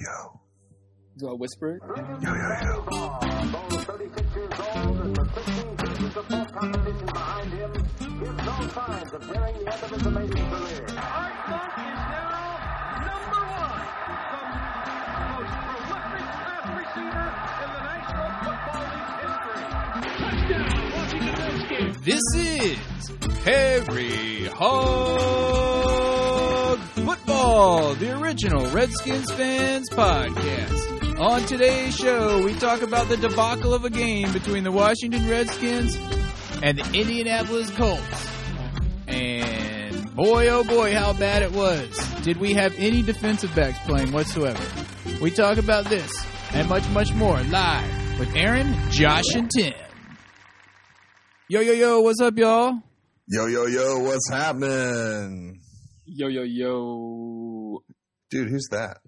yo. Do I whisper it? Yo, yo, yo. This is Harry Hog Football, the original Redskins fans podcast. On today's show, we talk about the debacle of a game between the Washington Redskins and the Indianapolis Colts. And boy, oh boy, how bad it was. Did we have any defensive backs playing whatsoever? We talk about this and much, much more live with Aaron, Josh, and Tim. Yo, yo, yo, what's up, y'all? Yo, yo, yo, what's happening? Yo, yo, yo. Dude, who's that?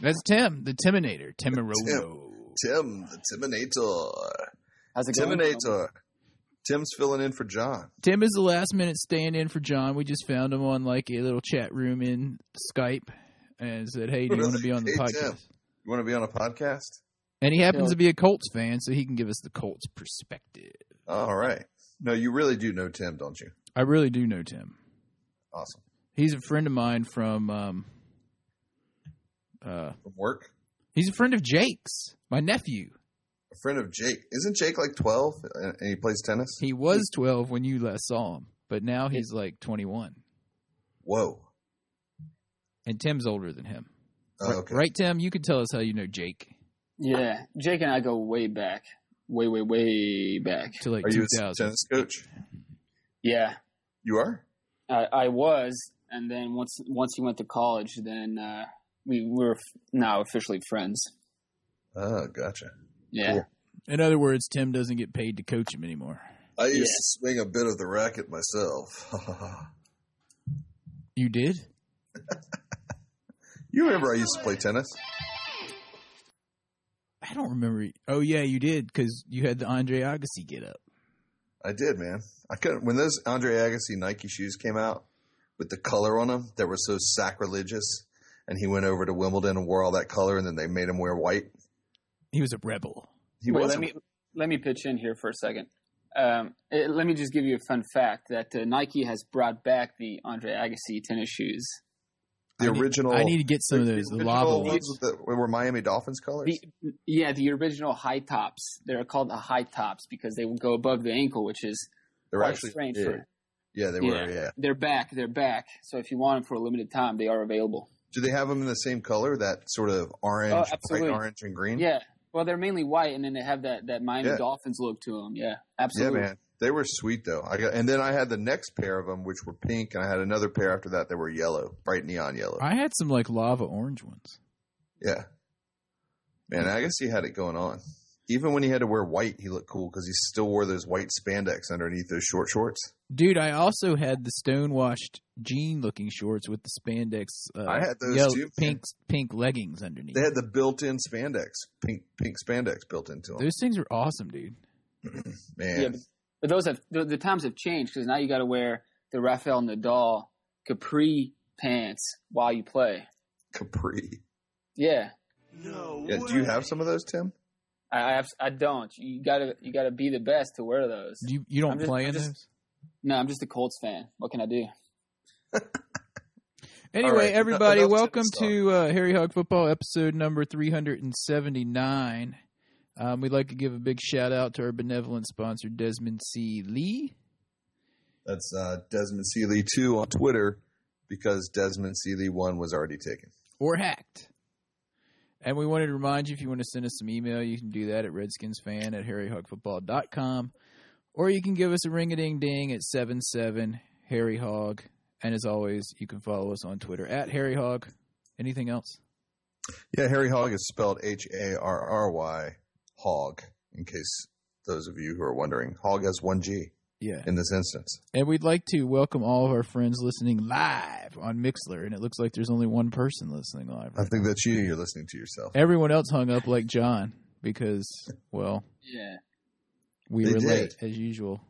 That's Tim, the Timinator, Timarolo. Tim, the Timinator. How's it going? Timinator. Tim's filling in for John. Tim is the last minute stand in for John. We just found him on like a little chat room in Skype and said, Hey, do you want to be on the Hey, Tim. podcast? You want to be on a podcast? And he happens Yeah. to be a Colts fan, so he can give us the Colts perspective. All right. No, you really do know Tim, don't you? I really do know Tim. Awesome. He's a friend of mine from um uh From work? he's a friend of Jake's, my nephew. A friend of Jake. Isn't Jake like 12 and and he plays tennis? He was twelve when you last saw him, but now he's like twenty one. Whoa. And Tim's older than him. Oh, okay. Right, Tim? You can tell us how you know Jake Yeah, Jake and I go way back, way, way, way back. to like Are you two a thousand. tennis coach? Yeah, You are? I, I was, and then once once he went to college, then uh, we were f- now officially friends. Oh, gotcha. Yeah, Cool. In other words, Tim doesn't get paid to coach him anymore. I used Yeah. to swing a bit of the racket myself. You did? you remember I used to play tennis? I don't remember. Oh yeah, you did because you had the Andre Agassi get up. I did, man. I couldn't when those Andre Agassi Nike shoes came out with the color on them that were so sacrilegious, and he went over to Wimbledon and wore all that color, and then they made him wear white. He was a rebel. He Wait, was let me let me pitch in here for a second. Um, eh, let me just give you a fun fact that uh, Nike has brought back the Andre Agassi tennis shoes. the I need- original. I need to get some of the those. The original lava ones ones. with the- were Miami Dolphins colors. The, yeah, the original high tops. They're called the high tops because they would go above the ankle, which is They're quite actually strange. yeah, For, yeah, they were. Yeah. They're back. They're back. So if you want them for a limited time, they are available. Do they have them in the same color? That sort of Oh, orange, bright absolutely. orange and green. Yeah. Well, they're mainly white, and then they have that, that Miami Yeah. Dolphins look to them. Yeah, yeah, absolutely. man. They were sweet though. I got, and then I had the next pair of them, which were pink, and I had another pair after that that were yellow, bright neon yellow. I had some like lava orange ones. Yeah. Man, I guess he had it going on. Even when he had to wear white, he looked cool because he still wore those white spandex underneath those short shorts. Dude, I also had the stonewashed jean looking shorts with the spandex. Uh, I had those yellow- too, man. Pink pink leggings underneath. They had the built-in spandex, pink pink spandex built into them. those things were awesome, dude. Man, Yeah, but, but those have the, the times have changed because now you got to wear the Rafael Nadal capri pants while you play. Capri. Yeah, Yeah, do you have some of those, Tim? I I, abs- I don't. You gotta you gotta be the best to wear those. You you don't I'm just- play I'm in just- those. No, I'm just a Colts fan. What can I do? Anyway, All right, eno- everybody, enough welcome tennis to uh, Harry Hog Football episode number 379. Um, we'd like to give a big shout out to our benevolent sponsor, Desmond C. Lee. That's uh, Desmond Seeley two on Twitter because Desmond Seeley one was already taken. or hacked. And we wanted to remind you if you want to send us some email, you can do that at redskinsfan at harryhogfootball.com. Or you can give us a ring a ding ding at 77 Harry Hog. And as always, you can follow us on Twitter at Harry Hog. Anything else? Yeah, Harry Hog is spelled H A R R Y Hog. In case those of you who are wondering, Hog has one G Yeah. in this instance. And we'd like to welcome all of our friends listening live on Mixler. And it looks like there's only one person listening live. I think that's you. You're listening to yourself. Everyone else hung up like John because, well, Yeah, we They were did. late as usual.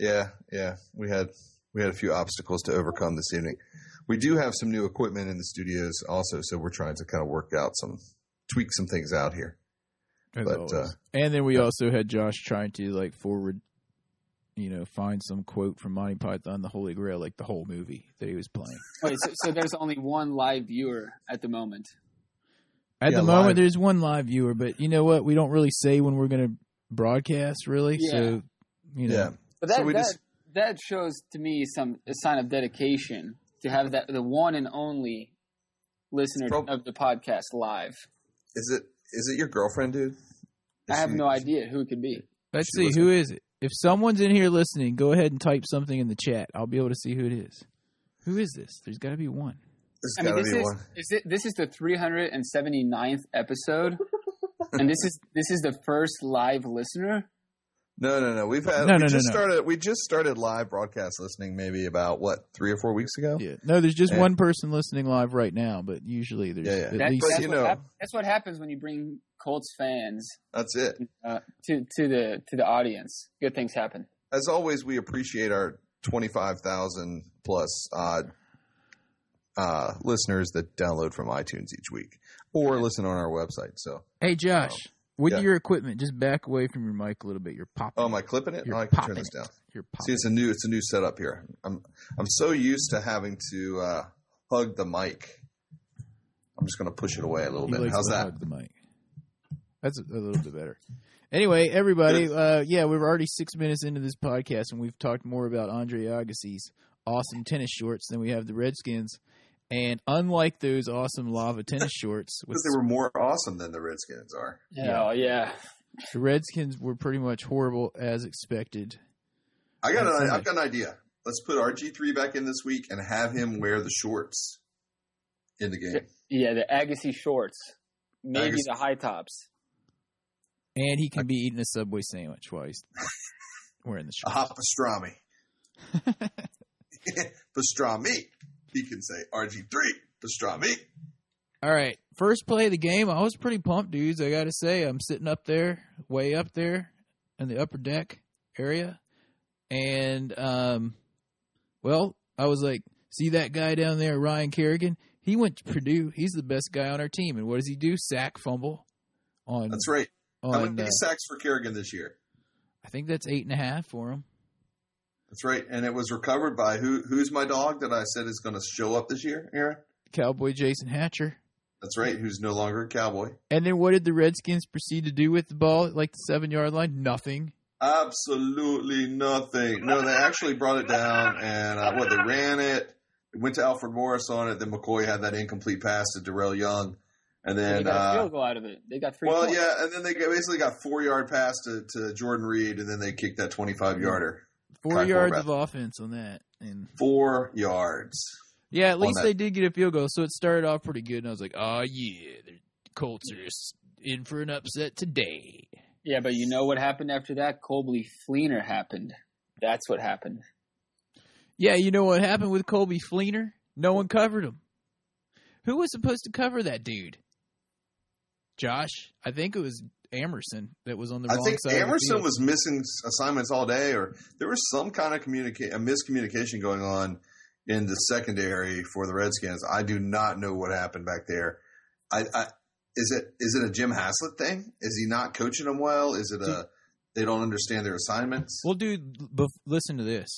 Yeah, yeah. We had we had a few obstacles to overcome this evening. we do have some new equipment in the studios also, so we're trying to kind of work out some tweak some things out here. As But, always. uh, and then we also had Josh trying to like forward, you know, find some quote from Monty Python the Holy Grail, like the whole movie that he was playing. Wait, so, so there's only one live viewer at the moment. At Yeah, the moment, live. there's one live viewer, but you know what? We don't really say when we're going to broadcast, really. Yeah. So, you know, Yeah. But that So we that, just- that shows to me some a sign of dedication to have that the one and only listener Prob- of the podcast live. Is it is it your girlfriend, dude? Is I have she- no idea who it could be. let's She see who is it. If someone's in here listening, go ahead and type something in the chat. I'll be able to see who it is. Who is this? There's got to be one. There's I mean, gotta this be is, one. is it, this is the 379th episode, and this is this is the first live listener. No, no, no. We've had No, we no, no, just no. started we just started live broadcast listening maybe about what three or four weeks ago. Yeah. No, there's just Yeah. one person listening live right now, but usually there's Yeah, yeah. at That- least. But, you what know- hap- that's what happens when you bring Colts fans That's it. uh, to to the to the audience. Good things happen. As always, we appreciate our twenty five thousand plus odd uh, listeners that download from iTunes each week or listen on our website. So, Hey, Josh, with Yeah. your equipment, just back away from your mic a little bit. You're popping. oh, am I clipping it? You're Oh, I can turn popping this it. down. You're See, popping. it's a new it's a new setup here. I'm I'm so used to having to uh, hug the mic. I'm just going to push it away a little He bit. likes How's to that? hug the mic. That's a, a little bit better. Anyway, everybody, uh, yeah, we're already six minutes into this podcast, and we've talked more about Andre Agassi's awesome tennis shorts than we have the Redskins. And unlike those awesome lava tennis shorts, with Because they were more awesome than the Redskins are. Yeah, Oh, yeah. the Redskins were pretty much horrible as expected. I got That's an, nice. I've got an idea. Let's put RG three back in this week and have him wear the shorts in the game. Yeah, the Agassi shorts, maybe Agassi- the high tops. And he can be eating a Subway sandwich while he's wearing the A shorts. hot pastrami. pastrami. He can say RG three pastrami. All right. First play of the game, I was pretty pumped, dudes. I got to say, I'm sitting up there, way up there in the upper deck area. And, um, well, I was like, see that guy down there, Ryan Kerrigan? He went to Purdue. He's the best guy on our team. And what does he do? Sack, fumble on, That's right. How on many uh, sacks for Kerrigan this year? I think that's eight and a half for him. That's right. And it was recovered by who? Who's my dog that I said is going to show up this year, Aaron? Cowboy Jason Hatcher. That's right. Who's no longer a cowboy? And then what did the Redskins proceed to do with the ball at like the seven yard line? Nothing. Absolutely nothing. No, they actually brought it down, and uh, what they ran it. It went to Alfred Morris on it. Then McCoy had that incomplete pass to Darrell Young, and they then got a uh, field goal out of it. They got free. well, yeah, and then they got- basically got four yard pass to, to Jordan Reed, and then they kicked that twenty five yarder. Four Kyle yards Korbat. of offense on that. And Four yards. Yeah, at least that. they did get a field goal, so it started off pretty good, and I was like, "Oh yeah, the Colts are s- in for an upset today." Yeah, but you know what happened after that? Colby Fleener happened. That's what happened. Yeah, you know what happened with Colby Fleener? No one covered him. Who was supposed to cover that dude? Josh, I think it was Amerson that was on the I wrong think side. of the Emerson field. was missing s- assignments all day, or there was some kind of communica- a miscommunication going on in the secondary for the Redskins. I do not know what happened back there. I, I is it is it a Jim Haslett thing? Is he not coaching them well? Is it a they don't understand their assignments? Well, dude, l- bef- listen to this.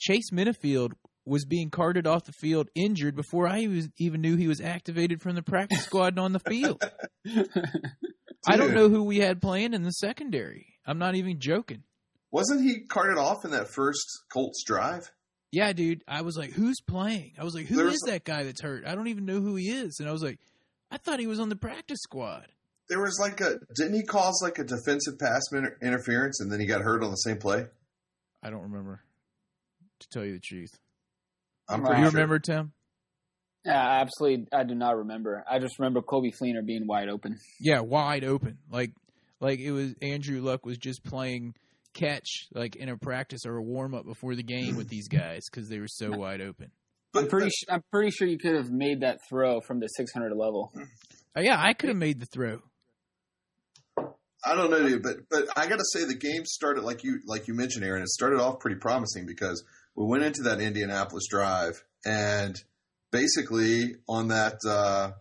Chase Minifield was being carted off the field injured before I was, even knew he was activated from the practice squad and on the field. I don't Dude. know who we had playing in the secondary. I'm not even joking. Wasn't he carted off in that first Colts drive? Yeah, dude. I was like, who's playing? I was like, who is There was- that guy that's hurt? I don't even know who he is. And I was like, I thought he was on the practice squad. There was like a didn't he cause like a defensive pass inter- interference and then he got hurt on the same play? I don't remember, to tell you the truth. I'm Wow. pretty You sure. remember, Tim? Uh, absolutely, I do not remember. I just remember Colby Fleener being wide open. Yeah, wide open. Like, like it was Andrew Luck was just playing catch, like in a practice or a warm up before the game with these guys because they were so wide open. I'm pretty. su I'm pretty sure you could have made that throw from the 600 level. Oh, yeah, I could have made the throw. I don't know, dude, but but I got to say the game started like you like you mentioned, Aaron. It started off pretty promising because we went into that Indianapolis drive and basically on that uh,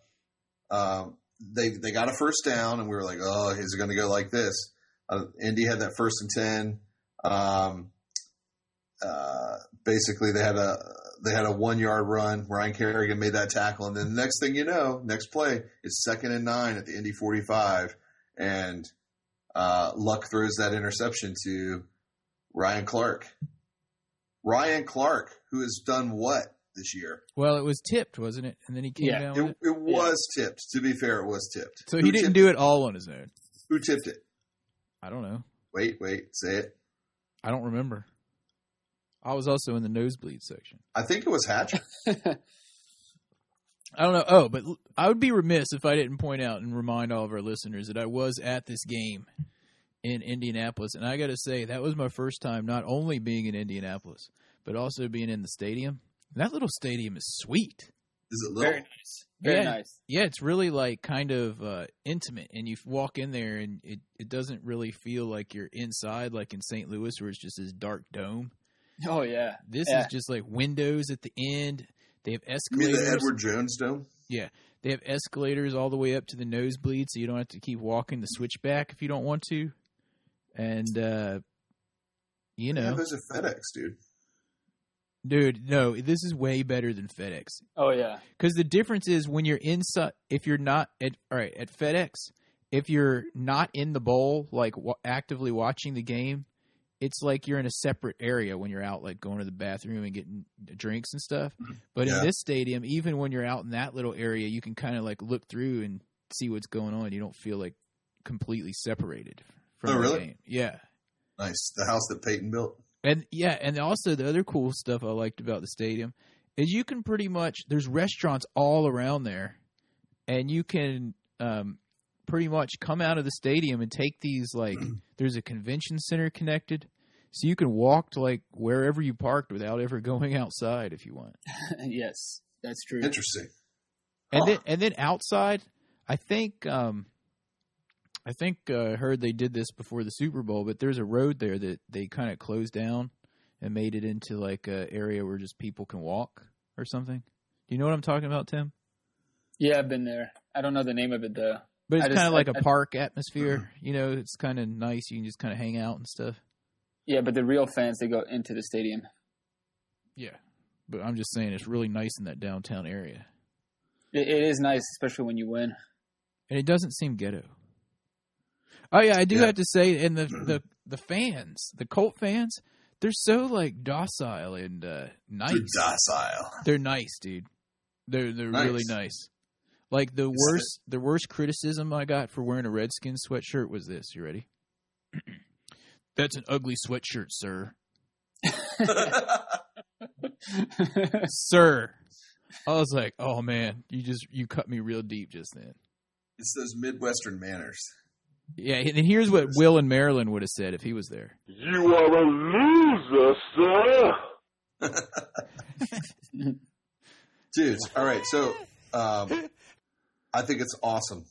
uh, they they got a first down, and we were like, oh, is it going to go like this? Uh, Indy had that first and ten. Um, uh, basically, they had a they had a one yard run. Ryan Kerrigan made that tackle, and then the next thing you know, next play, it's second and nine at the Indy forty five, and uh, Luck throws that interception to Ryan Clark. Ryan Clark, who has done what this year? Well, it was tipped, wasn't it? And then he came Yeah, down. It, with it. it was tipped. To be fair, it was tipped. So Who he didn't tipped- do it all on his own. Who tipped it? I don't know. Wait, wait, say it. I don't remember. I was also in the nosebleed section. I think it was Hatcher. I don't know. Oh, but l- I would be remiss if I didn't point out and remind all of our listeners that I was at this game in Indianapolis, and I got to say that was my first time not only being in Indianapolis but also being in the stadium. That little stadium is sweet. Is it Very little? nice. Very Yeah. nice. Yeah, it's really like kind of uh, intimate, and you walk in there, and it, it doesn't really feel like you're inside, like in St. Louis, where it's just this dark dome. Oh yeah. This Yeah. is just like windows at the end. They have You mean escalators. the Edward Jones Dome? They have escalators all the way up to the nosebleed, so you don't have to keep walking the switchback if you don't want to. And uh, Yeah, you know, those are FedEx, dude. dude, no, this is way better than FedEx. Oh yeah. Because the difference is when you're inside, if you're not at all right at FedEx, if you're not in the bowl, like wa actively watching the game, it's like you're in a separate area when you're out, like going to the bathroom and getting drinks and stuff. Mm-hmm. But Yeah. in this stadium, even when you're out in that little area, you can kind of like look through and see what's going on. You don't feel like completely separated from Oh, the really? game. Yeah. Nice. The house that Peyton built. And yeah, and also the other cool stuff I liked about the stadium is you can pretty much there's restaurants all around there, and you can um, pretty much come out of the stadium and take these like there's a convention center connected, so you can walk to like wherever you parked without ever going outside if you want. yes, that's true. Interesting. And Huh. then and then outside, I think um, I think uh, heard they did this before the Super Bowl, but there's a road there that they kind of closed down and made it into like a area where just people can walk or something. Do you know what I'm talking about, Tim? Yeah, I've been there. I don't know the name of it though. But it's I just- kind of like I- a I- Mm-hmm. park atmosphere. You know, it's kind of nice. You can just kind of hang out and stuff. Yeah, but the real fans they go into the stadium. Yeah. But I'm just saying, it's really nice in that downtown area, It, it is nice, especially when you win. and it doesn't seem ghetto. Oh yeah, I do Yeah. have to say, and the the the fans, the Colt fans, they're so like docile and uh, nice. They're docile. They're nice, dude. They're they're really Nice. nice. Like the Is worst the worst criticism I got for wearing a Redskins sweatshirt was this. You ready? That's an ugly sweatshirt, sir. sir. I was like, oh man, you just you cut me real deep just then. it's those Midwestern manners. Yeah, and here's what Will and Marilyn would have said if he was there. You are a loser, sir. Dudes, all right. So um, I think it's awesome.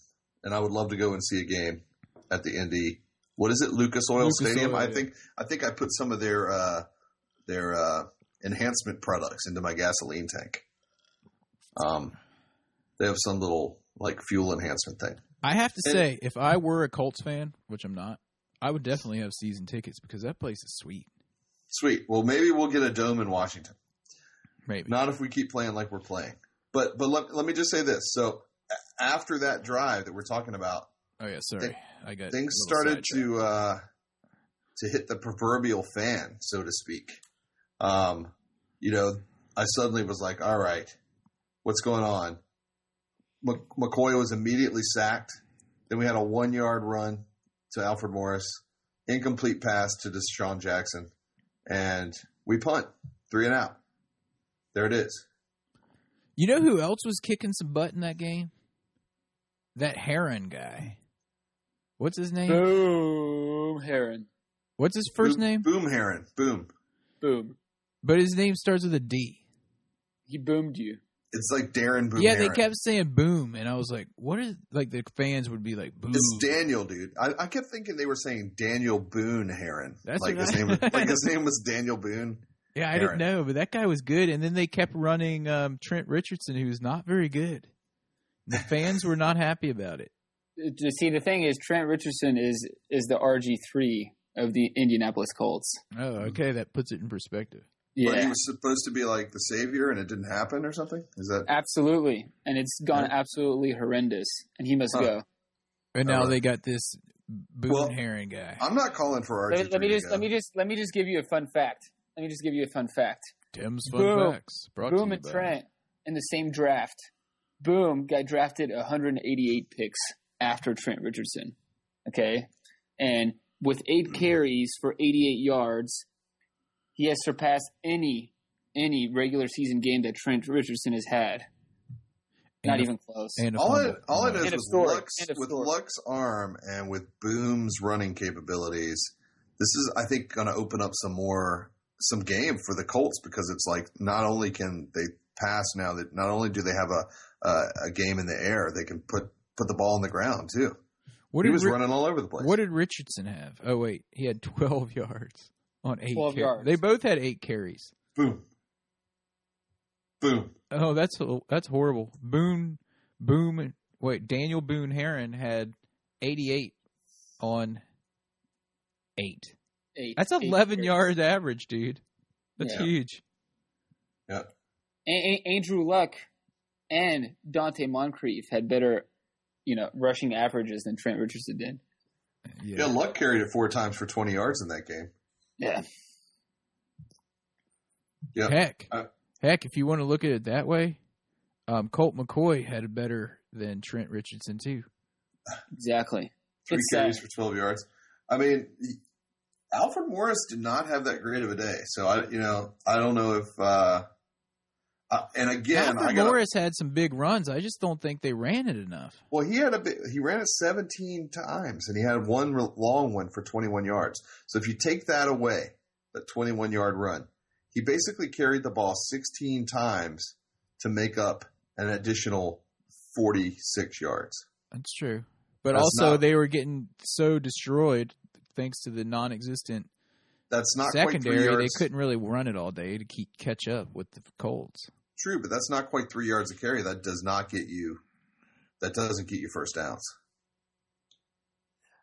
And I would love to go and see a game at the Indy. What is it, Lucas Oil Lucas Stadium? Oil, I yeah. think I think I put some of their uh, their uh, enhancement products into my gasoline tank. Um, they have some little like fuel enhancement thing. I have to And- say, if I were a Colts fan, which I'm not, I would definitely have season tickets because that place is sweet. Sweet. Well, maybe we'll get a dome in Washington. Maybe. Not if we keep playing like we're playing. But but let, let me just say this. So a- after that drive that we're talking about, Oh yeah, sorry. I got things a little started to sidetracked. uh, to hit the proverbial fan, so to speak. Um, you know, I suddenly was like, "All right, what's going on?" Mc- McCoy was immediately sacked. Then we had a one-yard run to Alfred Morris, incomplete pass to Deshaun Jackson, and we punt three and out. There it is. You know who else was kicking some butt in that game? That Heron guy. What's his name? Boom, Heron. What's his first Boom- name? Boom Heron. Boom. Boom. But his name starts with a D. He boomed you. It's like Darren Boom. yeah, Heron. they kept saying boom, and I was like, what is like the fans would be like boom. It's Daniel, dude. I, I kept thinking they were saying Daniel Boone Heron. That's like what his I- name. was- like his name was Daniel Boone. Yeah, I Aaron. didn't know, but that guy was good. And then they kept running um, Trent Richardson, who was not very good. The fans were not happy about it. You see, the thing is, Trent Richardson is is the RG three of the Indianapolis Colts. Oh, okay, that puts it in perspective. But he Yeah, was supposed to be like the savior, and it didn't happen, or something. Is that absolutely, and it's gone absolutely horrendous, and he must Huh. go. And All now right. they got this Boone Well, uh, Heron guy. I'm not calling for RG3. Let, let me to just go. let me just let me just give you a fun fact. Let me just give you a fun fact. Tim's fun Boom. facts. Brought to Boom you and by- Trent in the same draft. Boom got drafted 188 picks after Trent Richardson. Okay. And with Mm-hmm. eight carries for 88 yards, he has surpassed any any regular season game that Trent Richardson has had. Not And a- even close. And a all fumble. it all it No. is End of with story. Lux End of with story. Luck's arm and with Boom's running capabilities. This is, I think, going to open up some more some game for the Colts because it's like not only can they pass now that not only do they have a uh, a game in the air, they can put put the ball on the ground too. What he did was Ri- running all over the place. What did Richardson have? Oh wait, he had twelve yards on eight. 12 carries. yards. They both had eight carries. Boom, boom. Oh, that's that's horrible. Boone, Boom. Wait, Daniel Boone Heron had eighty-eight on eight. Eight- That's eight eleven carries. yard average, dude. That's Yeah. huge. A- A- Andrew Luck and Dante Moncrief had better, you know, rushing averages than Trent Richardson did. Yeah. Luck carried it four times for 20 yards in that game. Yeah. Yeah. Heck, Uh, heck. If you want to look at it that way, um, Colt McCoy had it better than Trent Richardson too. Exactly. Three It's carries sad. for 12 yards. I mean, Alfred Morris did not have that great of a day. So I, you know, I don't know if, uh, uh and again, I Alfred got Morris had some big runs. I just don't think they ran it enough. well, he had a bit, he ran it 17 times and he had one re- long one for 21 yards. So if you take that away, that 21 yard run, he basically carried the ball 16 times to make up an additional 46 yards. That's true. But That's also, not- they were getting so destroyed thanks to the non-existent That's not quite three secondary. They yards. couldn't really run it all day to keep catch up with the Colts. True, but that's not quite three yards of carry. That does not get you. That doesn't get you first downs.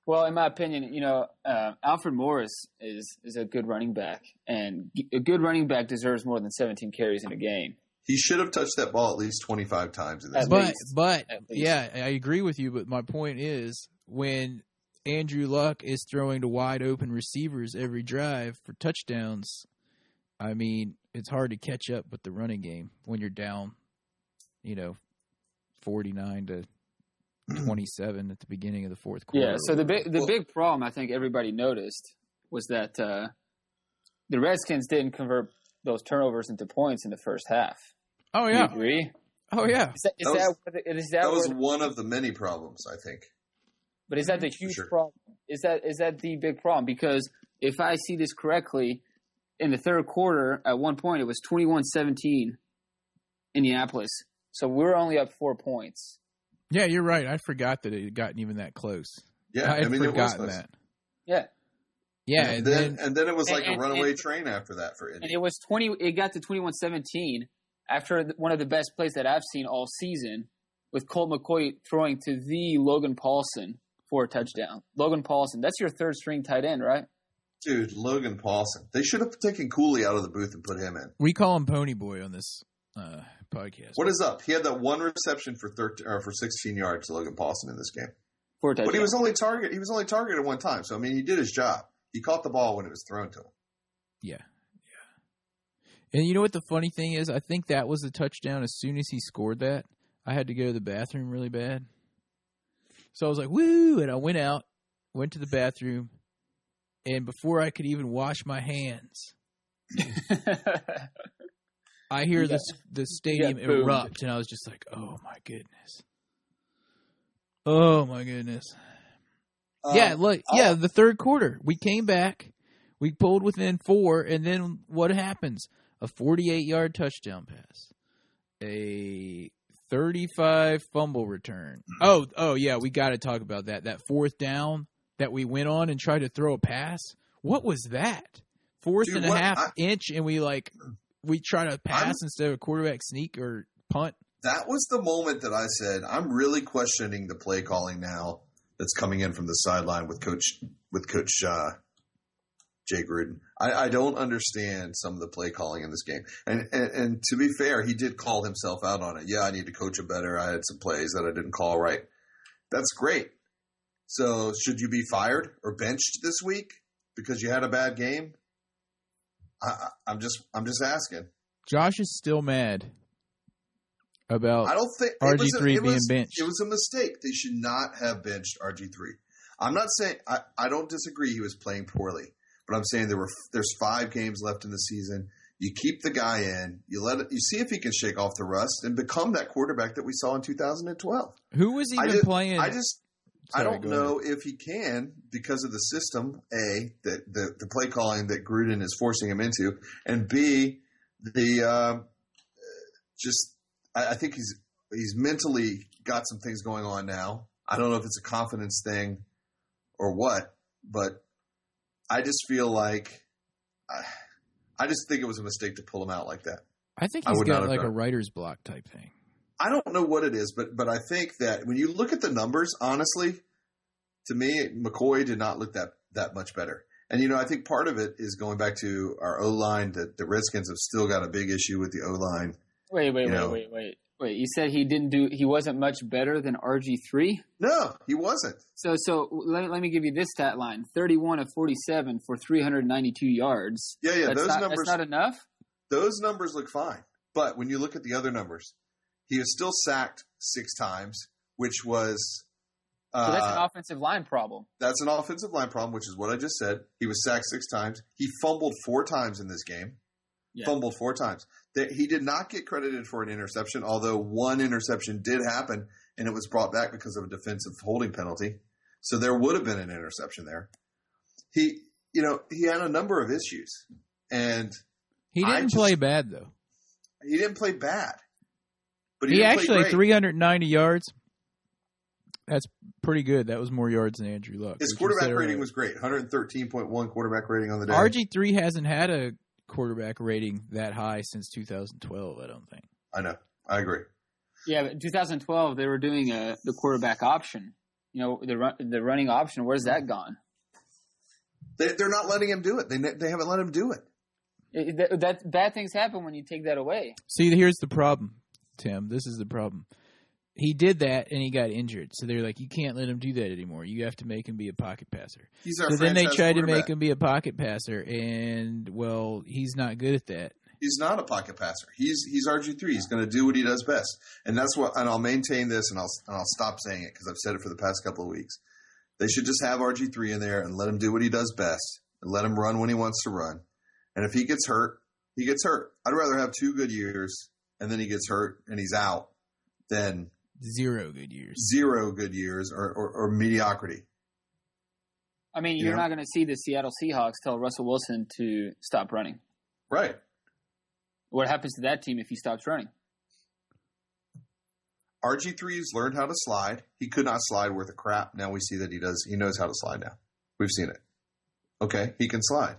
Well, in my opinion, you know, uh, Alfred Morris is is a good running back, and g- a good running back deserves more than 17 carries in a game. He should have touched that ball at least twenty five times in this. At game. but least. but At least. yeah, I agree with you. But my point is when Andrew Luck is throwing to wide open receivers every drive for touchdowns. I mean, it's hard to catch up with the running game when you're down, you know, forty nine to twenty seven at the beginning of the fourth quarter. Yeah. So the big the Well- big problem I think everybody noticed was that uh, the Redskins didn't convert those turnovers into points in the first half. oh Do you yeah, agree? oh yeah. Is that, is That that, was- where the- is that, that where was the- one of the many problems, I think. But is that the Mm-hmm. huge Sure. problem? Is that is that the big problem? Because if I see this correctly, in the third quarter, at one point it was 21-17 Indianapolis. So we're only up four points. Yeah, you're right. I forgot that it had gotten even that close. Yeah, I I, had mean, it was forgotten close. that. Yeah. Yeah, and, then, and then it was like and- and- a runaway and- train after that for Indy. And it was 20 it got to 21-17 after th- one of the best plays that I've seen all season with Colt McCoy throwing to the Logan Paulson for a touchdown. Logan Paulson, that's your third string tight end, right? Dude, Logan Paulson. They should have taken Cooley out of the booth and put him in. we call him Pony Boy on this uh, podcast. What is up? He had that one reception for thirteen or for sixteen yards to Logan Paulson in this game, For a touchdown. but he was only target. He was only targeted one time. So I mean, he did his job. He caught the ball when it was thrown to him. Yeah, yeah. And you know what the funny thing is? I think that was the touchdown. As soon as he scored that, I had to go to the bathroom really bad. So I was like, "Woo!" And I went out, went to the bathroom, and before I could even wash my hands, I hear You got- this the stadium got booed. erupt, and I was just like, "Oh my goodness! Oh my goodness!" yeah, Um, look, I'll- yeah, the third quarter, we came back, we pulled within four, and then what happens? A forty-eight yard touchdown pass, a thirty-five fumble return. Mm-hmm. Oh, oh yeah, we got to talk about that. That fourth down that we went on and tried to throw a pass. What was that? fourth Dude, and a what- half I- Mm. inch, and we like we try to pass instead of quarterback sneak or punt. That was the moment that I said, I'm really questioning the play calling now that's coming in from the sideline with coach with coach uh, Jay Gruden. I, I don't understand some of the play calling in this game. And, and and to be fair, he did call himself out on it. Yeah, I need to coach it better. I had some plays that I didn't call right. That's great. So should you be fired or benched this week because you had a bad game? I, I- I'm just I'm just asking. Josh is still mad about I don't think it RG3 was a- it being was- benched. It was a mistake. They should not have benched RG3. I'm not saying I, I don't disagree he was playing poorly, but I'm saying there were there's five games left in the season. You keep the guy in. You let it, you see if he can shake off the rust and become that quarterback that we saw in 2012. who was I even just- playing. I just I Sorry, don't go ahead. know if he can because of the system a that the, the play calling that Gruden is forcing him into, and b the um, just I, I think he's he's mentally got some things going on now. I don't know if it's a confidence thing or what, but I just feel like I, I just think it was a mistake to pull him out like that. I think I he's would not got have like a done it. writer's block type thing. I don't know what it is, but but I think that when you look at the numbers, honestly, to me, McCoy did not look that that much better. And you know, I think part of it is going back to our O line. That the Redskins have still got a big issue with the O line. Wait, wait, You wait, know. wait, wait, wait. You said he didn't do. He wasn't much better than RG three. No, he wasn't. So, so let, let me give you this stat line: thirty-one of forty-seven for three hundred ninety-two yards. Yeah, yeah, that's those not, numbers That's not enough. those numbers look fine. But when you look at the other numbers, he is still sacked six times, which was So uh, that's an offensive line problem. That's an offensive line problem, which is what I just said. He was sacked six times. He fumbled four times in this game. Yeah. Fumbled four times. That he did not get credited for an interception, although one interception did happen, and it was brought back because of a defensive holding penalty. So there would have been an interception there. He, you know, he had a number of issues, and He I didn't just- play bad though. he didn't play bad. But He, didn't play actually great. 390 yards. That's pretty good. That was more yards than Andrew Luck. His We quarterback consider rating it. was great, 113.1 quarterback rating on the day. RG3 hasn't had a quarterback rating that high since 2012, I don't think. I know. I agree. Yeah, but 2012 they were doing a, the quarterback option. You know, the run, the running option. Where's that gone? They, they're not letting him do it. They they haven't let him do it. It- that, that bad things happen when you take that away. See, here's the problem, Tim. This is the problem. He did that and he got injured. So they're like, you can't let him do that anymore. You have to make him be a pocket passer. He's our So then they franchise tried to quarterback. make him be a pocket passer, and well, he's not good at that. He's not a pocket passer. He's he's RG three. He's going to do what he does best, and that's what. And I'll maintain this, and I'll and I'll stop saying it because I've said it for the past couple of weeks. They should just have RG three in there and let him do what he does best, and let him run when he wants to run. And if he gets hurt, he gets hurt. I'd rather have two good years and then he gets hurt and he's out than Zero good years. zero good years or, or, or mediocrity. I mean, you're Yeah. not going to see the Seattle Seahawks tell Russell Wilson to stop running. Right. What happens to that team if he stops running? RG3's learned how to slide. He could not slide worth a crap. Now we see that he does. He knows how to slide now. We've seen it. Okay, he can slide.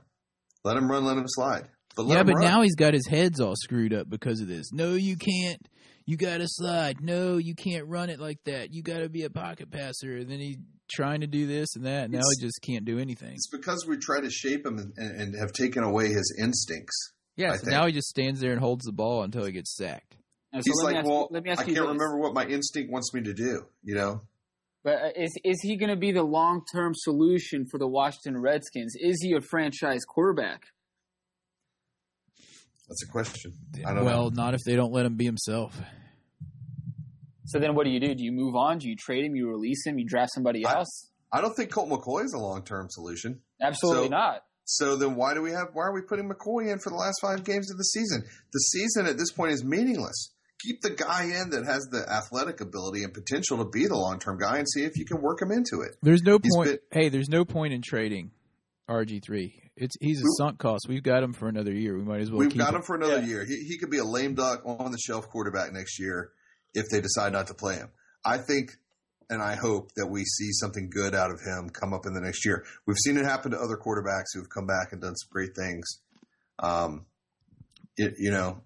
Let him run, let him slide. But let yeah, him but run. now he's got his heads all screwed up because of this. No, you can't. You got to slide. No, you can't run it like that. You got to be a pocket passer. And then he's trying to do this and that. And now It's- he just can't do anything. it's because we try to shape him and, and, and have taken away his instincts. Yeah, I so think. now he just stands there and holds the ball until he gets sacked. And so He's let me like, ask- well, let me ask I you can't this. remember what my instinct wants me to do. You know, But uh, is is he going to be the long term solution for the Washington Redskins? Is he a franchise quarterback? that's a question. I don't Well, not if they don't let him be himself. So then, what do you do? Do you move on? Do you trade him? You release him? You draft somebody I- else? I don't think Colt McCoy is a long-term solution. Absolutely so- not. So then, why do we have? Why are we putting McCoy in for the last five games of the season? The season at this point is meaningless. Keep the guy in that has the athletic ability and potential to be the long term guy, and see if you can work him into it. There's no He's point. been- hey, there's no point in trading RG three. It's he's a Who- sunk cost. We've got him for another year. We might as well. We've keep got him for another Yeah. year. He, he could be a lame duck on the shelf quarterback next year if they decide not to play him. I think and I hope that we see something good out of him come up in the next year. We've seen it happen to other quarterbacks who've come back and done some great things. Um, it, you know,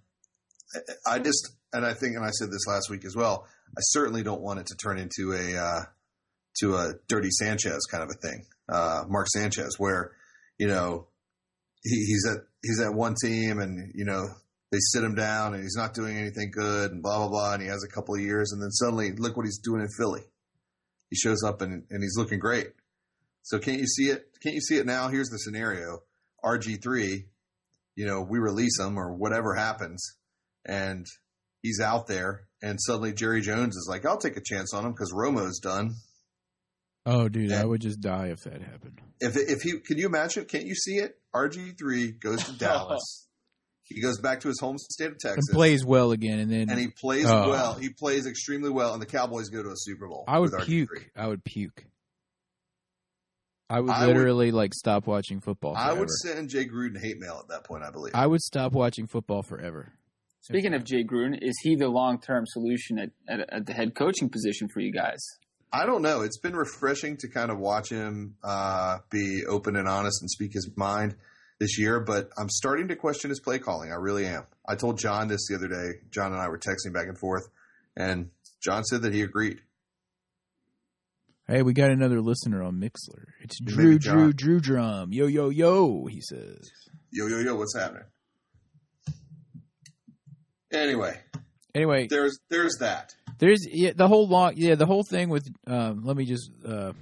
I- I just and I think and I said this last week as well. I certainly don't want it to turn into a uh, to a dirty Sanchez kind of a thing, uh, Mark Sanchez, where you know he, he's at he's at one team and you know they sit him down and he's not doing anything good and blah blah blah and he has a couple of years and then suddenly look what he's doing in Philly. He shows up and, and he's looking great. So can't you see it? Can't you see it now? Here's the scenario: RG three, you know, we release him or whatever happens, and he's out there, and suddenly Jerry Jones is like, "I'll take a chance on him because Romo's done." Oh, dude, I Yeah. would just die if that happened. If if he can you imagine? Can't you see it? RG three goes to Dallas. he goes back to his home state of And Texas. plays well again, and then and he plays Oh. well. He plays extremely well, and the Cowboys go to a Super Bowl. I would with RG3. puke. I would puke. I would I would- literally like stop watching football. Forever. I would send Jay Gruden hate mail at that point. I believe. I would stop watching football forever. Speaking of Jay Gruden, is he the long term solution at, at, at the head coaching position for you guys? I don't know. It's been refreshing to kind of watch him uh, be open and honest and speak his mind this year, but I'm starting to question his play calling. I really am. I told John this the other day. John and I were texting back and forth, and John said that he agreed. Hey, we got another listener on Mixler. It's Maybe Drew, Drew, John. Drew Drum. Yo, yo, yo, he says. Yo, yo, yo, what's happening? Anyway, Anyway, there's there's that. There's yeah, the whole long yeah the whole thing with um, let me just uh,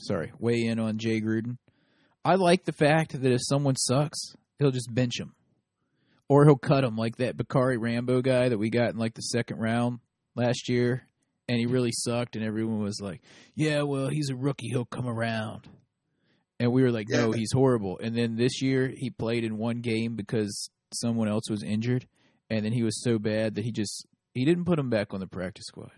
sorry weigh in on Jay Gruden. I like the fact that if someone sucks, he'll just bench him, or he'll cut him like that Bakari Rambo guy that we got in like the second round last year, and he really sucked, and everyone was like, "Yeah, well, he's a rookie, he'll come around," and we were like, "No, Yeah. he's horrible." And then this year he played in one game because someone else was injured, and then he was so bad that he just he didn't put him back on the practice squad.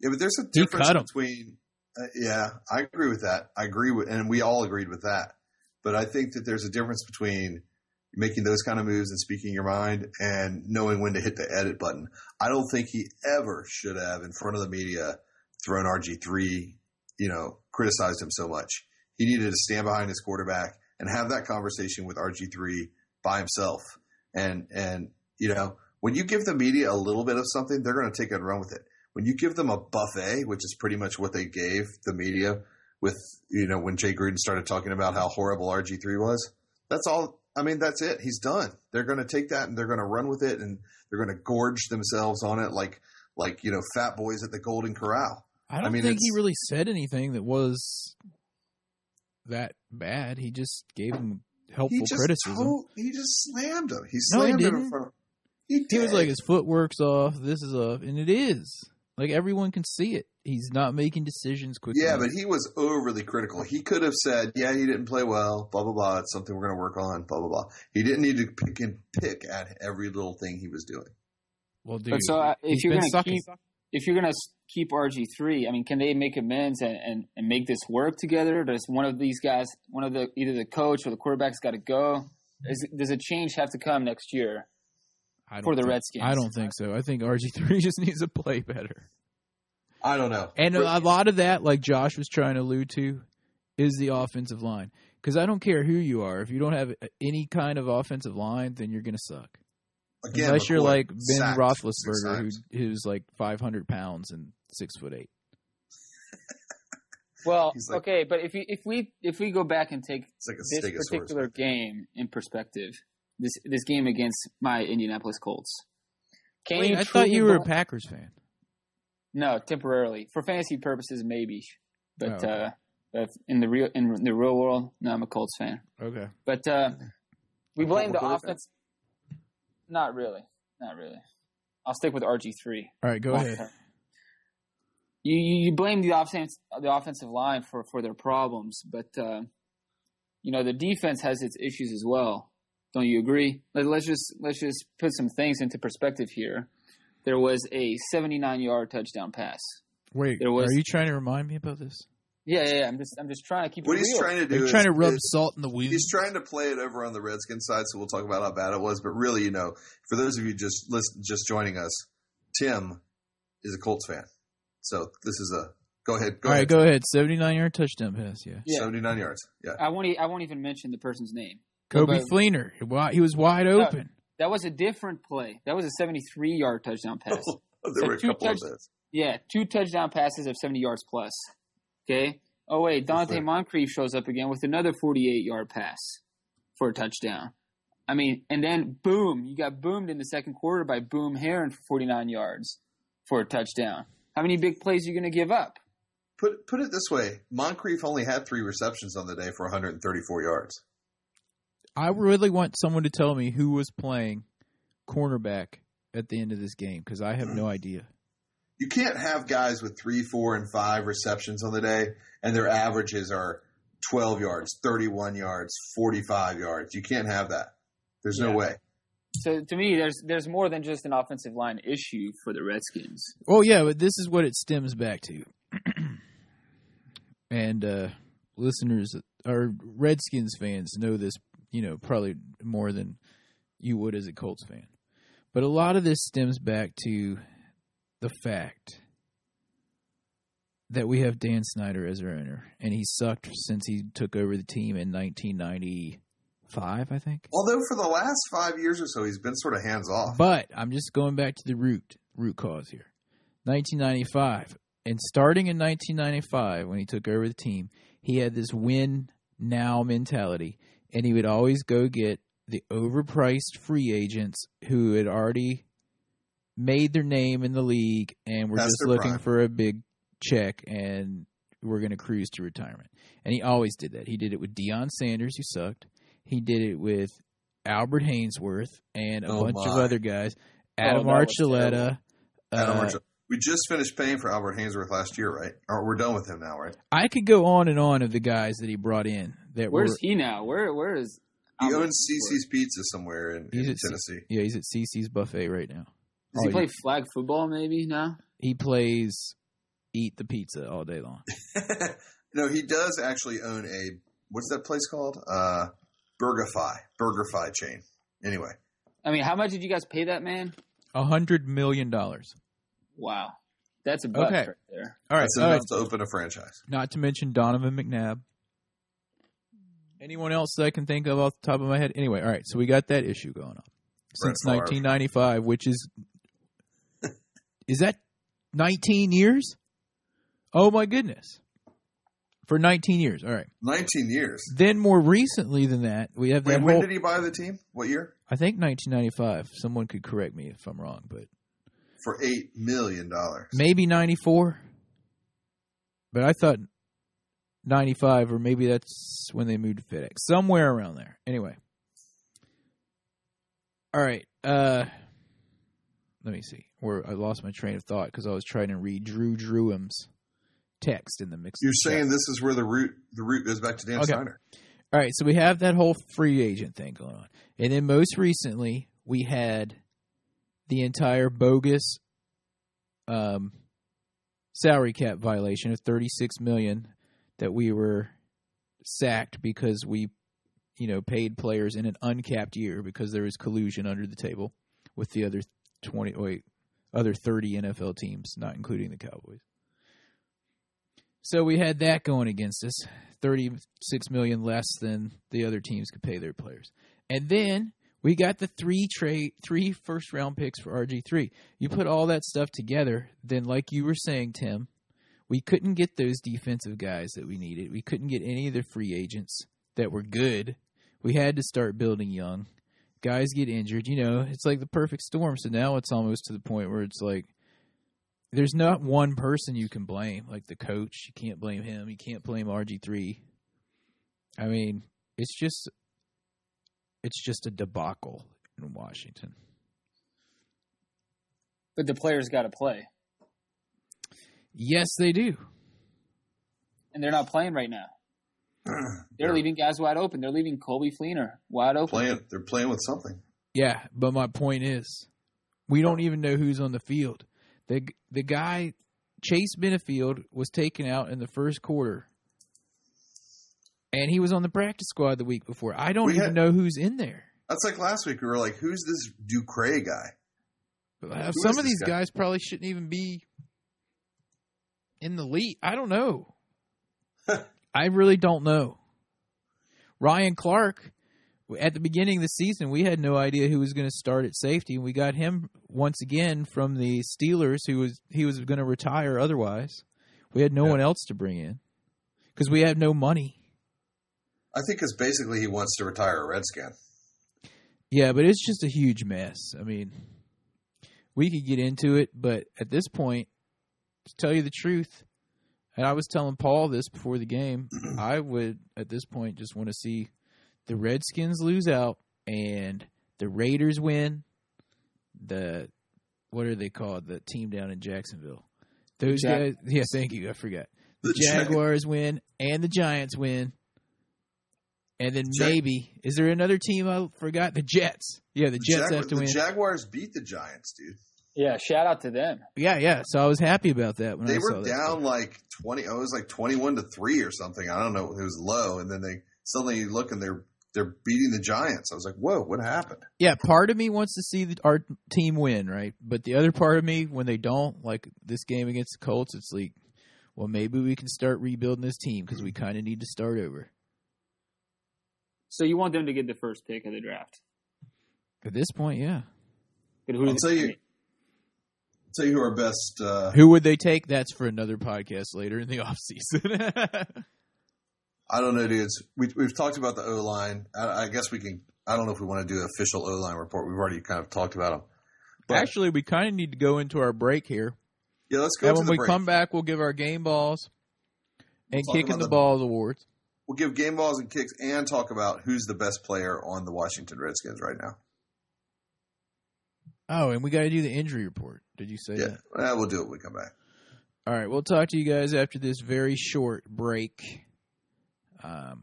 Yeah, but there's a He difference cut 'em. between. Uh, yeah, I agree with that. I agree with, and we all agreed with that. But I think that there's a difference between making those kind of moves and speaking your mind and knowing when to hit the edit button. I don't think he ever should have, in front of the media, thrown RG3, you know, criticized him so much. He needed to stand behind his quarterback and have that conversation with RG3 by himself. And, and, you know, when you give the media a little bit of something, they're going to take it and run with it when you give them a buffet, which is pretty much what they gave the media with, you know, when Jay Gruden started talking about how horrible RG3 was, that's all. I mean, that's it. He's done. They're going to take that and they're going to run with it and they're going to gorge themselves on it like, like, you know, fat boys at the Golden Corral. I don't mean, think he it's- really said anything that was that bad. He just gave him helpful He just, criticism. to- he just slammed him. He No, he slammed him didn't. in front of He, he was did. like, his footwork's off, this is off, and it is. Like everyone can see it. He's not making decisions quickly. Yeah, but he was overly critical. He could have said, "Yeah, he didn't play well." Blah blah blah. It's something we're going to work on. Blah blah blah. He didn't need to pick and pick at every little thing he was doing. well, dude, But so uh, if he's you're been going to sucking. keep if you're going to keep RG three, I mean, can they make amends and, and, and make this work together? Does one of these guys, one of the either the coach or the quarterback's got to go? Is, does a change have to come next year I don't for the uh, think- Redskins? I don't think so. I think RG three just needs to play better. I don't know. And But- a lot of that, like Josh was trying to allude to, is the offensive line. Because I don't care who you are, if you don't have any kind of offensive line, then you're going to suck. again, Unless you're McCoy like Ben sacked six Roethlisberger, times. who, who's like 500 pounds and six foot eight. Well, He's like- okay, but if you, if we if we go back and take it's like a this stegosaurus. particular game in perspective, this this game against my Indianapolis Colts, can Wait, you I thought truly you were a bel- Packers fan. No, temporarily for fantasy purposes, maybe. Oh, But okay. uh, but in the real in the real world, no, I'm a Colts fan. Okay. But uh, Mm-hmm. we A blame the former quarterback? offense. Not really, not really. I'll stick with RG three. All right, go ahead. You, you you blame the offense the offensive line for for their problems, but uh, you know the defense has its issues as well. Don't you agree? Let, let's just let's just put some things into perspective here. There was a 79 yard touchdown pass. Wait, There was- are you trying to remind me about this? Yeah, yeah, yeah. I'm just I'm just trying to keep What it he's real. trying to Are do you is trying to rub is- salt in the wound? He's trying to play it over on the Redskins side, so we'll talk about how bad it was. But really, you know, for those of you just listen, just joining us, Tim is a Colts fan, so this is a Go ahead. Go All right, ahead. go ahead. 79 yard touchdown pass, yeah. Yeah. 79 yards. Yeah. I won't. e- I won't even mention the person's name. Kobe But Fleener. he wa- He was wide open. That was a different play. That was a 73 yard touchdown pass. there were a two couple touch- of those. yeah, two touchdown passes of 70 yards plus. Okay. Oh wait, Dante right. Moncrief shows up again with another 48 yard pass for a touchdown. I mean, and then boom, you got boomed in the second quarter by Boom Heron for 49 yards for a touchdown. How many big plays are you going to give up? Put put it this way: Moncrief only had three receptions on the day for 134 yards. I really want someone to tell me who was playing cornerback at the end of this game because I have no idea. You can't have guys with three, four, and five receptions on the day, and their averages are 12 yards, 31 yards, 45 yards. You can't have that. There's Yeah. no way. So to me, there's there's more than just an offensive line issue for the Redskins. Well, yeah, but this is what it stems back to. and uh, listeners or Redskins fans know this, you know, probably more than you would as a Colts fan. But a lot of this stems back to the fact that we have Dan Snyder as our owner, and he sucked since he took over the team in 1995, I think. Although for the last five years or so, he's been sort of hands off. But I'm just going back to the root root cause here. 1995, and starting in 1995 when he took over the team, he had this win now mentality, and he would always go get the overpriced free agents who had already made their name in the league and were That's just their looking prime. for a big check and were going to cruise to retirement. And he always did that. He did it with Deion Sanders, who sucked. He did it with Albert Hainsworth and a Oh, bunch of my. other guys. Oh, Adam that was Archuleta. Adam uh, Armstrong- we just finished paying for Albert Hainsworth last year, right? Or we're done with him now, right? I could go on and on of the guys that he brought in that Where's were he now? Where where is? He Albert owns CC's Pizza somewhere in, He's in at C- Tennessee. yeah, he's at CC's buffet right now. Does Oh, he yeah. play flag football maybe now? He plays eat the pizza all day long. no, he does actually own a what's that place called? Uh, BurgerFi, BurgerFi chain. Anyway, I mean, how much did you guys pay that man? A hundred million dollars. Wow, that's a buck Okay. right there. All right, that's all enough right. to open a franchise. Not to mention Donovan McNabb. Anyone else that I can think of off the top of my head? Anyway, all right. So we got that issue going on since Favre. 1995, which is is that 19 years? Oh my goodness! For 19 years, all right. Nineteen years. Then more recently than that, we have Wait, that when whole. did he buy the team? What year? I think 1995. Someone could correct me if I'm wrong, but For eight million dollars. maybe 94 but i thought 95 or maybe that's when they moved to fedex somewhere around there anyway all right uh let me see where i lost my train of thought because i was trying to read drew drewham's text in the mix You're saying this is where the root the root goes back to Dan Okay. Snyder. all right, so we have that whole free agent thing going on. And then most recently, we had the entire bogus um, salary cap violation of 36 million that we were sacked because we you know paid players in an uncapped year because there was collusion under the table with the other 20 wait, other 30 NFL teams, not including the Cowboys. So we had that going against us. 36 million less than the other teams could pay their players. And then we got the three trade three first round picks for RG3. You put all that stuff together, then like you were saying Tim, we couldn't get those defensive guys that we needed. We couldn't get any of the free agents that were good. We had to start building young. Guys get injured, you know, it's like the perfect storm. So now it's almost to the point where it's like there's not one person you can blame, like the coach. You can't blame him. You can't blame RG3. I mean, it's just it's just a debacle in Washington. But the players got to play, Yes, they do. and they're not playing right now. They're leaving guys wide open. They're leaving Colby Fleener wide open. Playing, they're playing with something. Yeah, but my point is, we don't even know who's on the field. The the guy Chase Benefield was taken out in the first quarter. And he was on the practice squad the week before. I don't We even had- know who's in there. That's like last week. We were like, "Who's this Ducray guy?" But, uh, Who Some is of this these guy? guys probably shouldn't even be in the league? I don't know. I really don't know. Ryan Clark, at the beginning of the season, we had no idea who was going to start at safety, and we got him once again from the Steelers, who was he was going to retire otherwise. We had no Yeah. one else to bring in because we have no money. I think because basically he wants to retire a Redskin. Yeah, but it's just a huge mess. I mean, we could get into it, but at this point, to tell you the truth, and I was telling Paul this before the game, I would at this point just want to see the Redskins lose out and the Raiders win. The what are they called? The team down in Jacksonville. Those guys. Jag- Yeah, thank you. I forgot. The Jag- Jaguars win and the Giants win. And then Jag- maybe is there another team I forgot? The Jets. Yeah, the Jets Jag- have to the win. Jaguars beat the Giants, dude. Yeah, shout out to them. yeah, yeah. So I was happy about that when they I saw were that. down like twenty. Oh, it was like twenty-one to three or something. I don't know. It was low, and then they suddenly you look and they're they're beating the Giants. I was like, whoa, what happened? Yeah, part of me wants to see the, our team win, right? But the other part of me, when they don't, like this game against the Colts, it's like, well, maybe we can start rebuilding this team because we kind of need to start over. So you want them to get the first pick of the draft? At this point, yeah. But who I'll do tell they you- pick? I'll tell you who our best. Uh, Who would they take? That's for another podcast later in the offseason. I don't know, dudes. We, we've talked about the O line. I, I guess we can. I don't know if we want to do an official O line report. We've already kind of talked about them. But- Actually, we kind of need to go into our break here. Yeah, let's go. And to when the we break. come back, we'll give our game balls and Talk kicking about the the- balls awards. we'll give game balls and kicks and talk about who's the best player on the Washington Redskins right now. Oh, and we got to do the injury report. Did you say Yeah, that? Eh, we'll do it when we come back. All right, we'll talk to you guys after this very short break. Um,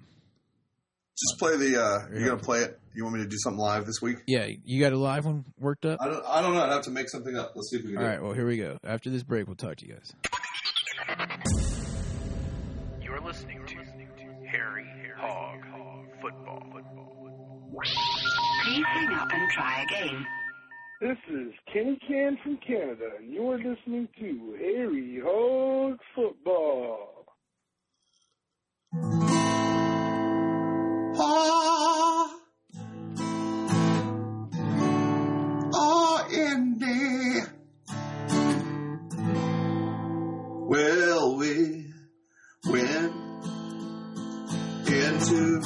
Just play the. Uh, Yeah. You're gonna play it. You want me to do something live this week? yeah, you got a live one worked up? I don't. I don't know. I'd have to make something up. Let's see if we can All do it. right, well, here we go. After this break, we'll talk to you guys. You're listening to Harry Hog Football. Please hang up and try again. This is Kenny Can from Canada, and you're listening to Harry Hog Football. Ah, ah, Indy. Will we win into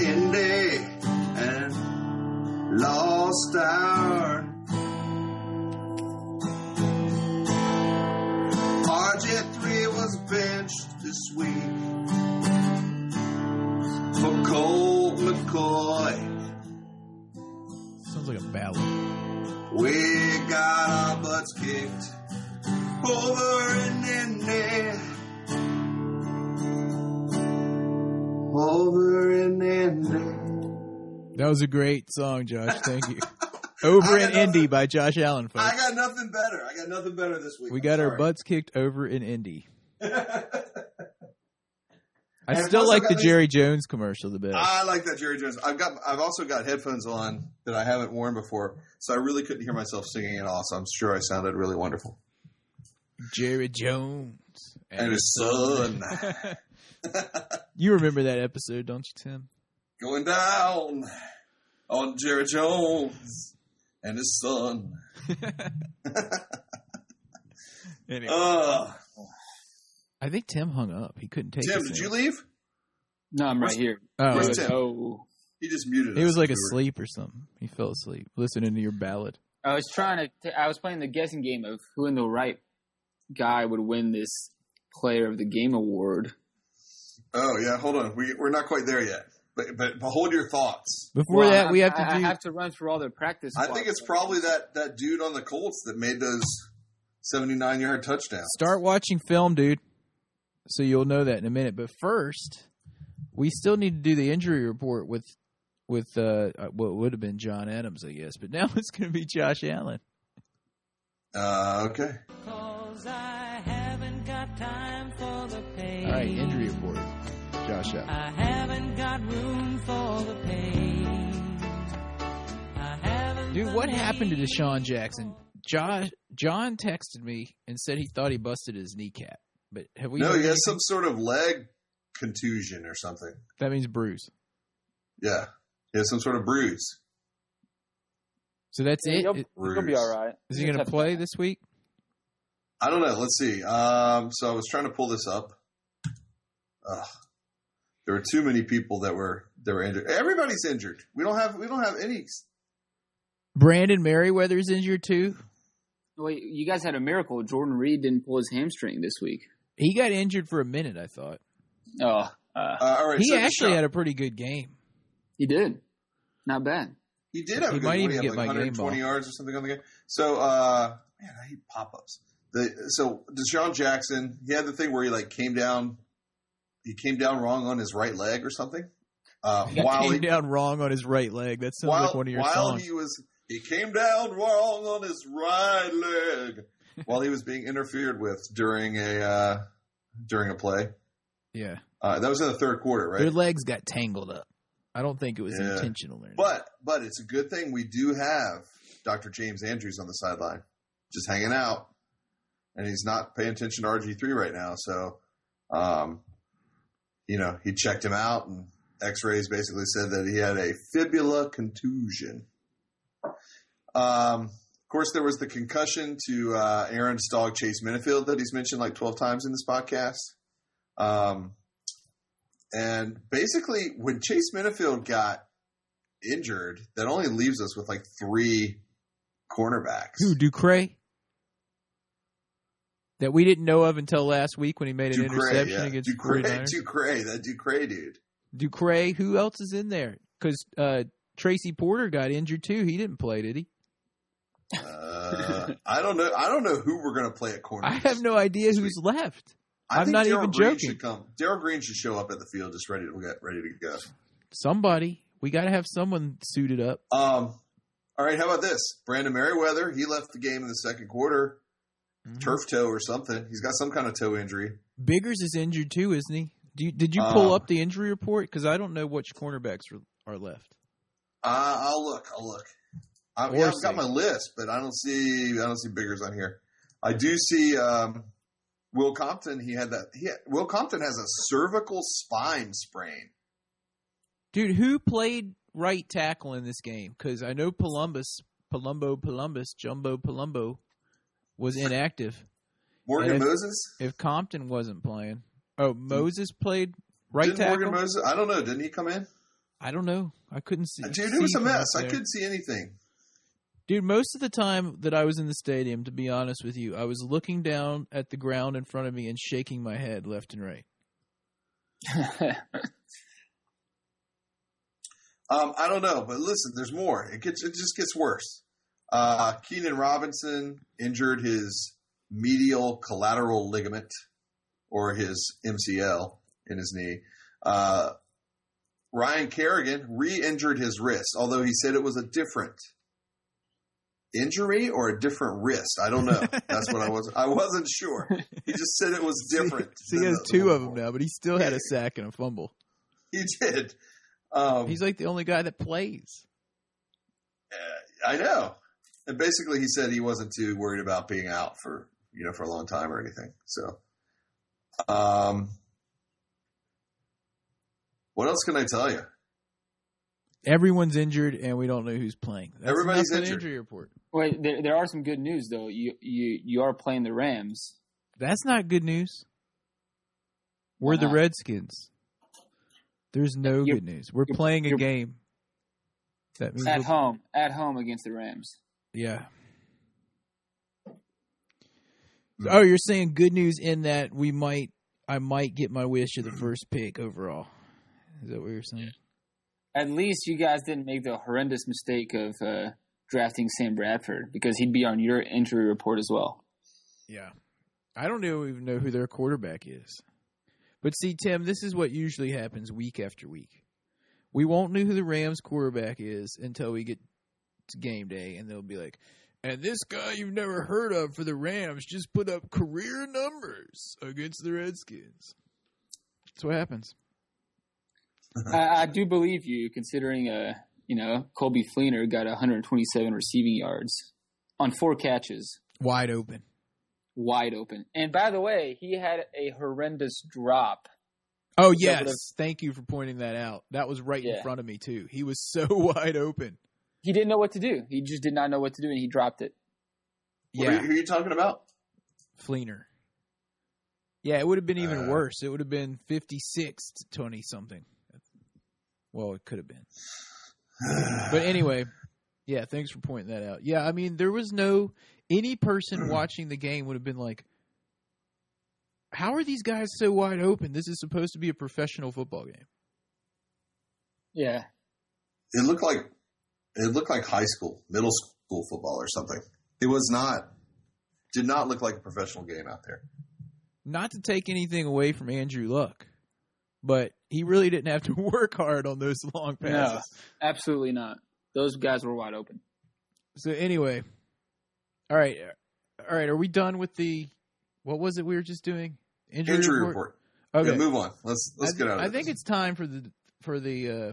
Indy and lost our RJ3 was benched this week for Colt McCoy. Sounds like a battle. We got our butts kicked over in Indy. Over in Indy. That was a great song, Josh. Thank you. Over I in got Indy nothing. by Josh Allen, folks. I got nothing better. I got nothing better this week. we I'm got our sorry. butts kicked over in Indy. I And still plus I like the got these- Jerry Jones commercial the best. I like that Jerry Jones. I've got. I've also got headphones on that I haven't worn before, so I really couldn't hear myself singing at all. So I'm sure I sounded really wonderful. Jerry Jones And his son you remember that episode, don't you, Tim? going down on Jerry Jones and his son. Anyway, Uh, I think Tim hung up. He couldn't take. Tim, us did in. you leave? No, I'm right here. Oh, Where's it- Tim? Oh, He just muted. he us. was like We were- asleep or something. He fell asleep listening to your ballad. I was trying to. I was playing the guessing game of who in the right guy would win this Player of the Game award. Oh yeah, hold on. We, we're not quite there yet, but but, but hold your thoughts. Before Well, that, I- we have to I, I do. have to run through all their practice. I squad. think it's probably that that dude on the Colts that made those seventy-nine yard touchdowns. Start watching film, dude. So you'll know that in a minute. But first, we still need to do the injury report with with uh, what would have been John Adams, I guess, but now it's going to be Josh Allen. Uh, okay. I haven't got time for the pain. All right, injury report, Josh Allen. I haven't got room for the pain. I haven't Dude, the what happened to need Deshaun Jackson? Josh John texted me and said he thought he busted his kneecap. But have we? no, heard he has anything? some sort of leg contusion or something. That means bruise. Yeah, he has some sort of bruise. So that's Yeah, it. you'll- Is- He'll be Bruise. all right. Is he going to play this week? I don't know. Let's see. Um, so I was trying to pull this up. Ugh. There were too many people that were that were injured. Everybody's injured. We don't have we don't have any. Brandon Merriweather's injured too. Wait, you guys had a miracle. Jordan Reed didn't pull his hamstring this week. He got injured for a minute. I thought Oh, uh, Uh, all right, he so actually Deshaun- had a pretty good game. he did. Not bad. He did have He a good might one. even he had get like my game 120 ball. yards or something on the game. So, uh, man, I hate pop ups. The, so Deshaun Jackson, he had the thing where he like came down, he came down wrong on his right leg or something. Uh, He while came he, down wrong on his right leg. That sounds while, like one of your while songs. he was, he came down wrong on his right leg while he was being interfered with during a uh, during a play. yeah, Uh, that was in the third quarter, right? their legs got tangled up. I don't think it was Yeah. intentional. Or anything. But but it's a good thing we do have Dr. James Andrews on the sideline, just hanging out, and he's not paying attention to RG three right now. So, um, you know, he checked him out, and X rays basically said that he had a fibula contusion. Um, of course, there was the concussion to uh, Aaron's dog Chase Minifield that he's mentioned like twelve times in this podcast. Um, and basically, when Chase Minifield got injured, that only leaves us with like three cornerbacks. who Ducray that we didn't know of until last week when he made an Ducray, interception yeah. against Ducray, 49ers. Ducray, that Ducray dude. Ducray, who else is in there? Because uh, Tracy Porter got injured too. He didn't play, did he? Uh, I don't know. I don't know who we're going to play at corner. I have no idea who's left. I I'm think not Darryl even Green joking. Should come. Daryl Green should show up at the field, just ready to get ready to go. Somebody. We got to have someone suited up. Um, all right. How about this? Brandon Merriweather. He left the game in the second quarter, turf toe or something. He's got some kind of toe injury. Biggers is injured too, isn't he? Do you, did you pull Uh, up the injury report? Because I don't know which cornerbacks are, are left. Uh, I'll look. I'll look. I, yeah, I've Orsi. got my list, but I don't see. I don't see Biggers on here. I do see um, Will Compton. He had that. He Will Compton has a cervical spine sprain. Dude, who played right tackle in this game? Because I know Columbus, Palumbo, Columbus, Jumbo, Palumbo was inactive. Morgan And if- Moses. If Compton wasn't playing, oh Moses played right Didn't tackle. Morgan Moses? I don't know. Didn't he come in? I don't know. I couldn't see. Uh, Dude, it was a see from up mess. I there. couldn't see anything. Dude, most of the time that I was in the stadium, to be honest with you, I was looking down at the ground in front of me and shaking my head left and right. Um, I don't know, but listen, there's more. It gets. It just gets worse. Uh, Keenan Robinson injured his medial collateral ligament or his MCL in his knee. Uh, Ryan Kerrigan re-injured his wrist, although he said it was a different injury or a different wrist. I don't know. That's what I was. I wasn't sure. He just said it was different. See, he than has the- the two one of them before. now, but he still had a sack and a fumble. He did. Um, He's like the only guy that plays. I know. And basically, he said he wasn't too worried about being out for you know for a long time or anything. So, um, what else can I tell you? Everyone's injured, and we don't know who's playing. That's Everybody's enough for the injured. Injury report. Wait, there, there are some good news though. You you you are playing the Rams. That's not good news. We're Why the not? Redskins. There's no You're- good news. We're you're- playing a you're- game. That means At we're- home, at home against the Rams. yeah. Mm. Oh, you're saying good news in that we might, I might get my wish Mm. of the first pick overall. Is that what you're saying? At least you guys didn't make the horrendous mistake of uh, drafting Sam Bradford because he'd be on your injury report as well. Yeah. I don't know- even know who their quarterback is. But see, Tim, this is what usually happens week after week. We won't know who the Rams quarterback is until we get to game day, and they'll be like, and this guy you've never heard of for the Rams just put up career numbers against the Redskins. That's what happens. I, I do believe you, considering uh, you know Colby Fleener got 127 receiving yards on four catches. Wide open. wide open. And by the way, he had a horrendous drop. Oh Yeah, but yes, thank you for pointing that out. That was right in Yeah. front of me too. He was so wide open. He didn't know what to do. He just did not know what to do, and he dropped it. Who are you, Yeah, who are you talking about? Fleener. Yeah, it would have been even Uh, worse. It would have been fifty six to twenty something. Well, it could have been. But anyway, yeah, thanks for pointing that out. Yeah, I mean, there was no any person watching the game would have been like, "How are these guys so wide open? This is supposed to be a professional football game." Yeah, it looked like it looked like high school, middle school football or something. It was not did not look like a professional game out there. not to take anything away from Andrew Luck, but he really didn't have to work hard on those long No. passes. absolutely not. Those guys were wide open. So anyway, all right, all right. Are we done with the? What was it we were just doing? Injury, Injury report. Okay, Yeah, move on. Let's let's I, get out of I think this. it's time for the for the uh,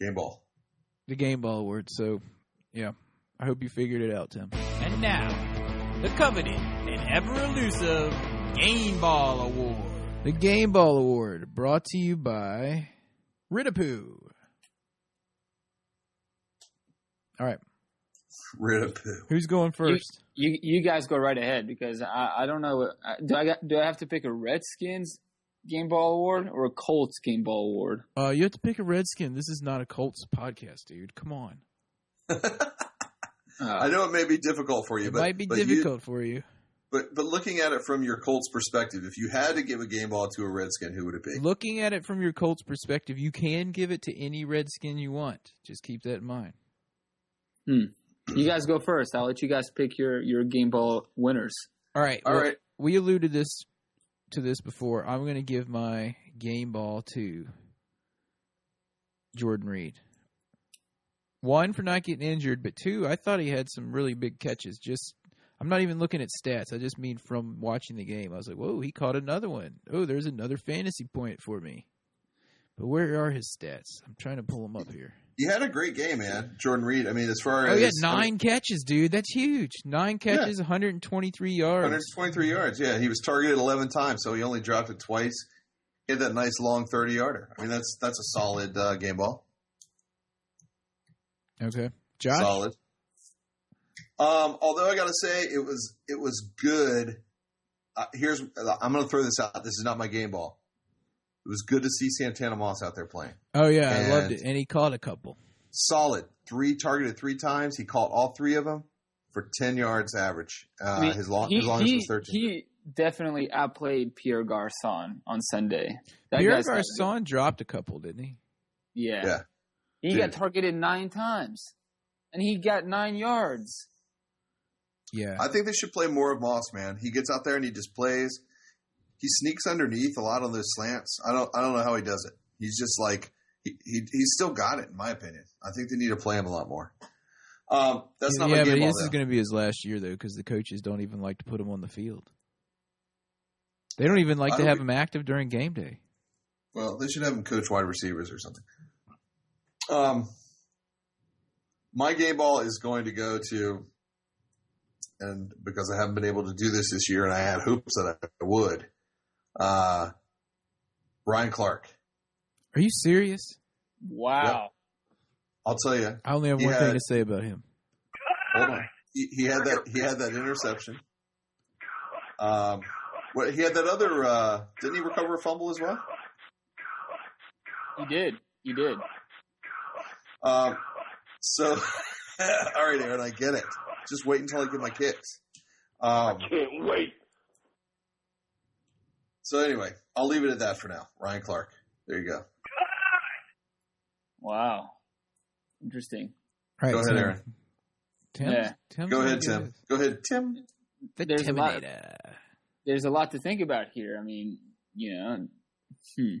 game ball. the game ball award. So yeah, I hope you figured it out, Tim. And now, the coveted and ever elusive Game Ball Award. The game ball award brought to you by Ritapoo. All right, Rid of poo. who's going first? You you guys go right ahead because I, I don't know. what- I- Do I got, do I have to pick a Redskins game ball award or a Colts game ball award? Uh, you have to pick a redskin. This is not a Colts podcast, dude. Come on. I Uh, know it may be difficult for you, It but might be but you- difficult for you. but but looking at it from your Colts perspective, if you had to give a game ball to a Redskin, who would it be? Looking at it from your Colts perspective, you can give it to any redskin you want. Just keep that in mind. you guys go first. I'll let you guys pick your your game ball winners. All right. All well, right. We alluded this to this before. I'm going to give my game ball to Jordan Reed. One for not getting injured, but two, I thought he had some really big catches. Just I'm not even looking at stats. I just mean from watching the game. I was like, "Whoa, he caught another one. Oh, there's another fantasy point for me." But where are his stats? I'm trying to pull them up here. You had a great game, man. Jordan Reed. I mean, as far Oh, as he had I mean, nine catches, dude. That's huge. Nine catches, 123 yards. 123 yards. Yeah, he was targeted 11 times, so he only dropped it twice. He had that nice long 30 yarder. I mean, that's that's a solid uh, game ball. Okay, Josh. Solid. Um, although I got to say it was it was good. Uh, here's I'm going to throw this out. This is not my game ball. It was good to see Santana Moss out there playing. Oh yeah, I loved And- it. And he caught a couple. Solid. Three targeted three times. He caught all three of them for 10 yards average. Uh, I mean, his long he, his longest he- was 13. He definitely outplayed Pierre Garcon on Sunday. That Pierre guy's got- Garcon dropped a couple, didn't he? Yeah. Yeah. He got Dude. targeted nine times. And he got nine yards. Yeah. I think they should play more of Moss, man. He gets out there and he just plays. He sneaks underneath a lot on those slants. I don't I don't know how he does it. He's just like he, he he's still got it in my opinion. I think they need to play him a lot more. Um, that's not yeah, my but game ball. this is though. going to be his last year though, because the coaches don't even like to put him on the field. They don't even like Why to don't have we- him active during game day. Well, they should have him coach wide receivers or something. Um, my game ball is going to go to, and because I haven't been able to do this this year, and I had hopes that I would. Uh, Ryan Clark. Are you serious? Wow. I'll tell you. I only have one Yeah. thing to say about him. Hold on. He, he had that. He had that interception. Um, what he had that other. Uh, didn't he recover a fumble as well? You did. You did. Um, so, all right, Aaron, I get it. Just wait until I get my kicks. Um, Can't wait. so anyway, I'll leave it at that for now. Ryan Clark. There you go. Wow. Interesting. All right, Go ahead, Tim. Aaron. Tim, Yeah. Tim's Go gonna ahead, do Tim. this. Go ahead, Tim. The There's a lot of- Terminator. There's a lot to think about here. I mean, you know, hmm.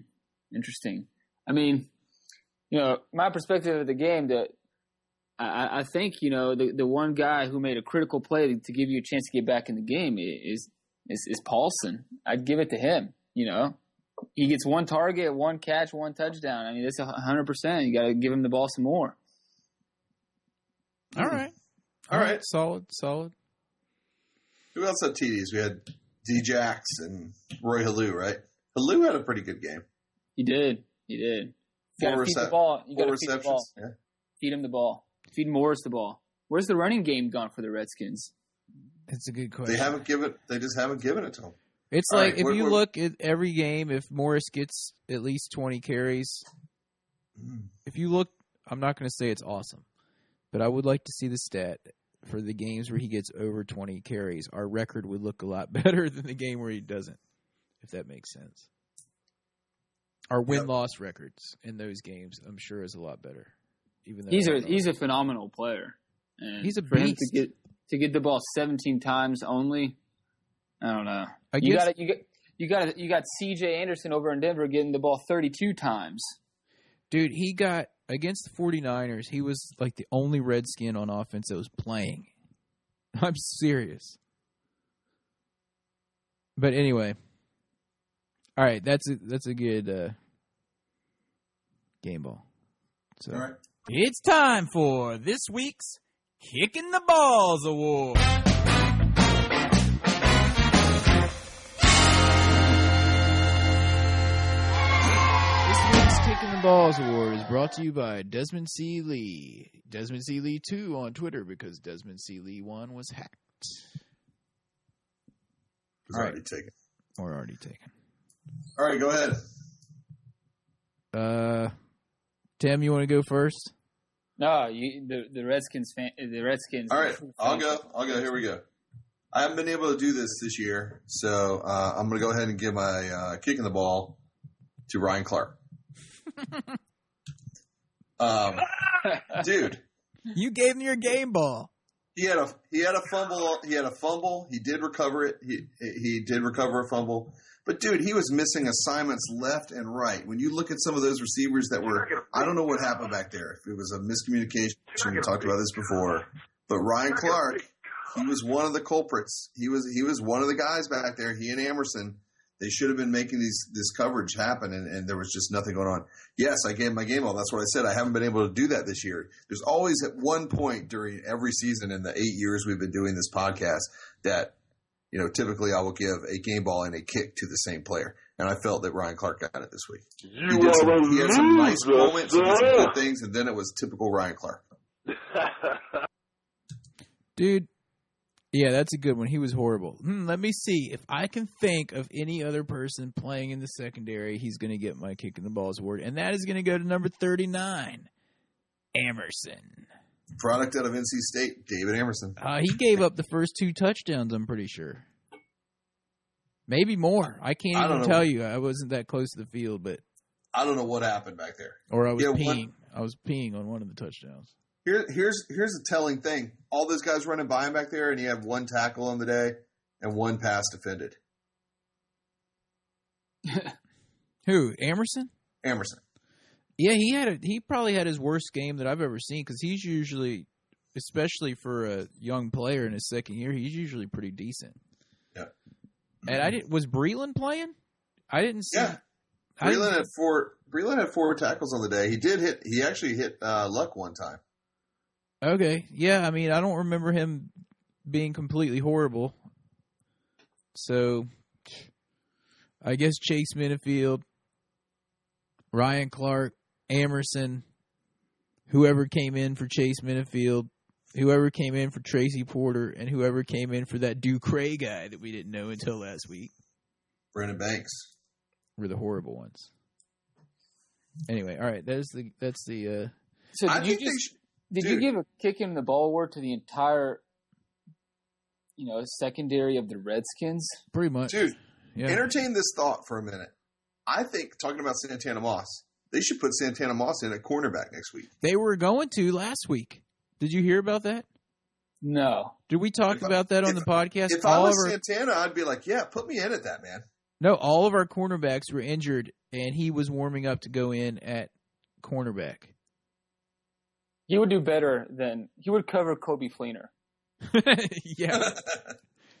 Interesting. I mean, you know, my perspective of the game that I- I, I think, you know, the, the one guy who made a critical play to give you a chance to get back in the game i- is is, is Paulson. I'd give it to him, you know. He gets one target, one catch, one touchdown. I mean, that's a 100%. You got to give him the ball some more. All right. All right. Solid. Solid. Who else had TDs? We had Djax and Roy Halou, right? Halou had a pretty good game. He did. He did. Four You gotta feed the recep- ball. You Four gotta feed the ball. receptions. Yeah. Feed him the ball. Feed Morris the ball. Where's the running game gone for the Redskins? That's a good question. They haven't given. They just haven't given it to him. It's All like right, if we're- you we're- look at every game, if Morris gets at least twenty carries, Hmm. if you look, I'm not going to say it's awesome, but I would like to see the stat for the games where he gets over twenty carries. Our record would look a lot better than the game where he doesn't, if that makes sense. Our win loss records in those games, I'm sure, is a lot better. Even though He's a it's not he's a phenomenal player. And He's a for him to beast. get to get the ball 17 times only. I don't know. Against- You got you got you got you got CJ Anderson over in Denver getting the ball 32 times. Dude, he got against the 49ers, he was like the only redskin on offense that was playing. I'm serious. But anyway. All right, that's a, that's a good uh, game ball. So All right. It's time for this week's Kicking the Balls Award. This week's Kicking the Balls Award is brought to you by Desmond C. Lee. Desmond C. Lee 2 on Twitter because Desmond C. Lee 1 was hacked. It's All right. already taken. Or already taken. All right, go ahead. Uh, Tim, you want to go first? No, you, the the Redskins fan, the Redskins. All right, I'll go. I'll go. Here we go. I haven't been able to do this this year, so uh, I'm going to go ahead and give my uh, kick in the ball to Ryan Clark. um, dude, You gave him your game ball. he had a he had a fumble. He had a fumble. He did recover it. He he did recover a fumble. But dude, he was missing assignments left and right. When you look at some of those receivers that were, I don't know what happened back there. If it was a miscommunication, we talked about this before. But Ryan Clark, he was one of the culprits. He was he was one of the guys back there. He and Amerson, they should have been making these this coverage happen, and, and there was just nothing going on. Yes, I gave my game all. That's what I said. I haven't been able to do that this year. There's always at one point during every season in the eight years we've been doing this podcast that you know typically I will give a game ball and a kick to the same player, and I felt that Ryan Clark got it this week. He, You did some, he had some are a nice moments, he did some loser. good things, and then it was typical Ryan Clark. Dude. Yeah, that's a good one. He was horrible. Hmm, let me see if I can think of any other person playing in the secondary. He's going to get my kick in the balls award, and that is going to go to number thirty-nine, Emerson. Product out of NC State, David Amerson. Uh, he gave up the first two touchdowns. I'm pretty sure. Maybe more. I can't I even don't know. tell you. I wasn't that close to the field, but I don't know what happened back there. or I was Yeah, one- peeing. I was peeing on one of the touchdowns. Here, here's here's a telling thing. All those guys running by him back there, and you have one tackle on the day and one pass defended. Who? Emerson? Emerson. Yeah, he had a, he probably had his worst game that I've ever seen because he's usually, especially for a young player in his second year, he's usually pretty decent. Yeah. Mm-hmm. And I didn't was Breland playing? I didn't see. Yeah. I didn't- Breland had four. Breland had four tackles on the day. He did hit. He actually hit uh, Luck one time. okay. Yeah. I mean, I don't remember him being completely horrible. So, I guess Chase Minifield, Ryan Clark, Amerson, whoever came in for Chase Minifield, whoever came in for Tracy Porter, and whoever came in for that Ducray guy that we didn't know until last week Brendan Banks. were the horrible ones. Anyway, all right, that's the that's the uh So I did you think just they should, Did Dude. you give a kick in the ball award to the entire, you know, secondary of the Redskins? pretty much dude. yeah. Entertain this thought for a minute. I think talking about Santana Moss, they should put Santana Moss in at cornerback next week. They were going to last week. Did you hear about that? No. Did we talk If I- about that on if- the podcast? If I all was of our, Santana, I'd be like, yeah, put me in at that man. no, all of our cornerbacks were injured, and he was warming up to go in at cornerback. He would do better than he would cover Kobe Fleener. yeah,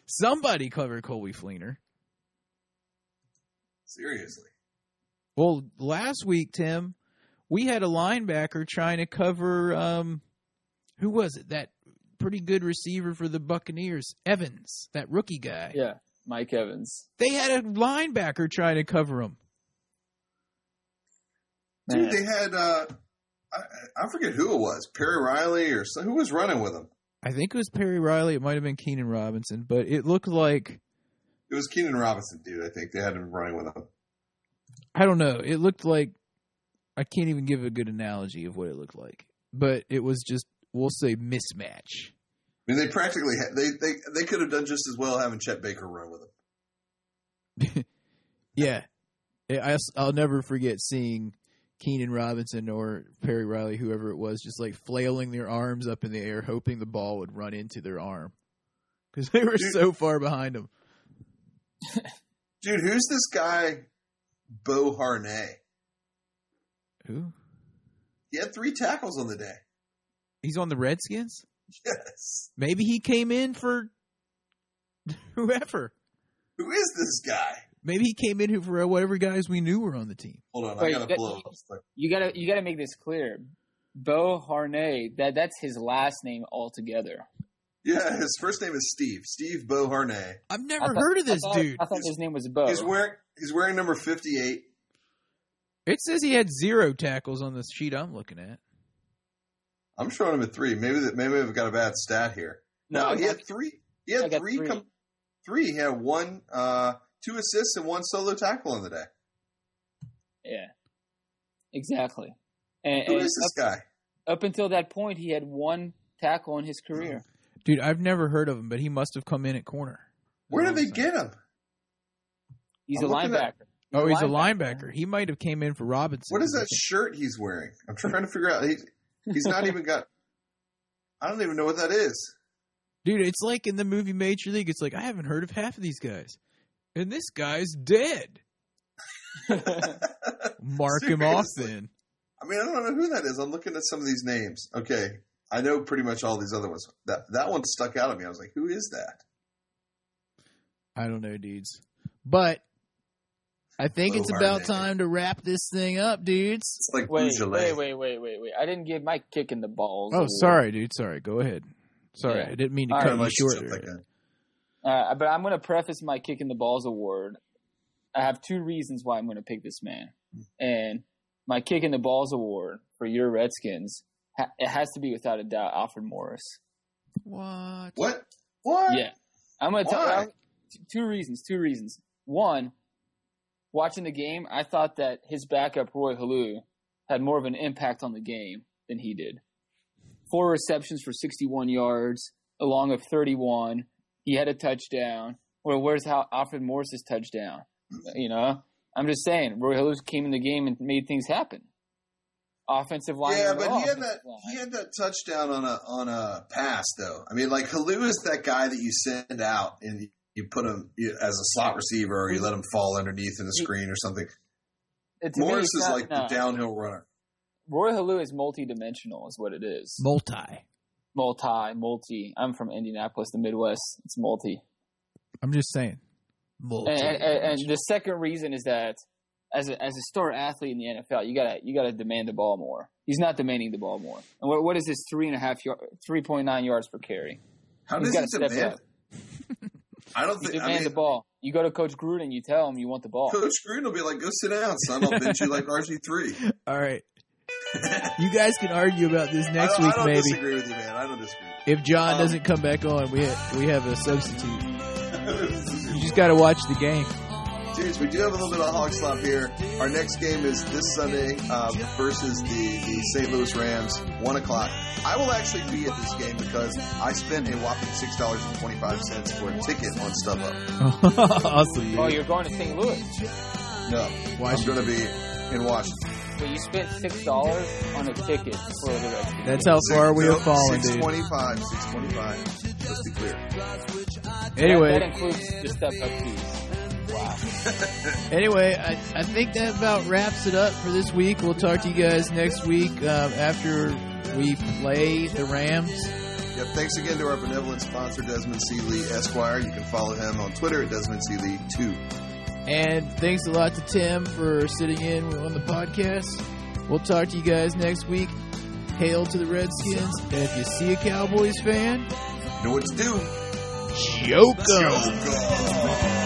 somebody covered Colby Fleener. Seriously. Well, last week, Tim, we had a linebacker trying to cover. Um, who was it? That pretty good receiver for the Buccaneers, Evans, that rookie guy. Yeah, Mike Evans. They had a linebacker try to cover him. Dude, Man. they had uh, I, I forget who it was, Perry Riley or so, who was running with him. I think it was Perry Riley. It might have been Keenan Robinson, but it looked like It was Keenan Robinson, dude. I think they had him running with him. I don't know. It looked like I can't even give a good analogy of what it looked like, but it was just we'll say mismatch. I mean, they practically had, they they they could have done just as well having Chet Baker run with him. Yeah, I, will never forget seeing Keenan Robinson or Perry Riley, whoever it was, just like flailing their arms up in the air, hoping the ball would run into their arm because they were Dude. so far behind him. Dude, who's this guy, Bo Harnay? Who? He had three tackles on the day. He's on the Redskins. Yes. Maybe he came in for whoever. Who is this guy? Maybe he came in for whatever guys we knew were on the team. Hold on, Wait, I gotta that- blow up. You gotta you gotta make this clear. Bo Harnay, that that's his last name altogether. Yeah, his first name is Steve. Steve Bo Harnay. I've I never thought- heard of I this thought- dude. I thought his name was Bo. He's wearing he's wearing number fifty eight. It says he had zero tackles on the sheet I'm looking at. I'm showing him at three. Maybe that maybe I've got a bad stat here. No, he had three. He I had got three. three. Com- three. He had one, uh, two assists and one solo tackle on the day. Yeah, exactly. And, Who and is this up, guy? up until that point, he had one tackle in his career. Oh. Dude, I've never heard of him, but he must have come in at corner. Where did they get him? He's I'm a looking at- linebacker. Oh, he's a linebacker. linebacker. He might have came in for Robinson. What is that shirt he's wearing? I'm trying to figure out. He, he's not even got. I don't even know what that is. Dude, it's like in the movie Major League. It's like I haven't heard of half of these guys, and this guy's dead. Mark him off Seriously. then. I mean, I don't know who that is. I'm looking at some of these names. Okay, I know pretty much all these other ones. That that one stuck out at me. I was like, who is that? I don't know, dudes, but I think Bo it's about Harnay. time to wrap this thing up, dudes. It's like Wait, Beaujolais. wait, wait, wait, wait, wait! I didn't give my kick in the balls. Oh, award. sorry, dude. Sorry. Go ahead. Sorry, Yeah. I didn't mean to All cut Kinda you like short. stuff like that. Uh, but I'm going to preface my kick in the balls award. I have two reasons why I'm going to pick this man, and my kick in the balls award for your Redskins. ha- It has to be without a doubt Alfred Morris. What? What? What? Yeah, I'm gonna Why? tell you two reasons. Two reasons. One, watching the game, I thought that his backup Roy Halou had more of an impact on the game than he did. Four receptions for 61 yards, along of 31. He had a touchdown. Well, where's how Alfred Morris's touchdown? You know, I'm just saying, Roy Halou came in the game and made things happen. Offensive line, Yeah, and but all he had offensive that line. he had that touchdown on a on a pass though. I mean, like Halu is that guy that you send out and you put him you- as a slot receiver, or you let him fall underneath in the screen or something. It- to me, Morris it's is not- like the no. downhill runner. Roy Halou is multidimensional, is what it is. Multi. multi, multi. I'm from Indianapolis, the Midwest. It's multi. I'm just saying. Multi. And, and, and the second reason is that as a, as a star athlete in the NFL, you gotta you gotta demand the ball more. He's not demanding the ball more. And what, what is this three and a half yard, three point nine yards per carry? How He's does gotta he step demand? up. I don't You think. demand I mean, the ball. You go to Coach Gruden, you tell him you want the ball. Coach Green will be like, "Go sit down, son. I'll bench you like RG 3 All right. You guys can argue about this I next don't, week, I don't maybe. disagree with you, man. I don't disagree. If John Um, doesn't come back on, we ha- we have a substitute. with You you. just got to watch the game. Dudes, we do have a little bit of hog slop here. Our next game is this Sunday uh, versus the, the St. Louis Rams, 1 o'clock. I will actually be at this game because I spent a whopping $6.25 for a ticket on StubHub. awesome. Oh, you're going to St. Louis, No, I'm Washington. going to be in Washington. but you spent six dollars on a ticket for the Redskins. That's how far we No, have fallen, dude. 625, 625. Let's be clear. that, Anyway, that includes the step up fees. anyway, I, I think that about wraps it up for this week. We'll talk to you guys next week um, after we play the Rams. Yep, thanks again to our benevolent sponsor, Desmond C. Lee Esquire. You can follow him on Twitter at Desmond C. Lee 2. And thanks a lot to Tim for sitting in on the podcast. We'll talk to you guys next week. Hail to the Redskins. And if you see a Cowboys fan, You know what to do. joke 'em. Go.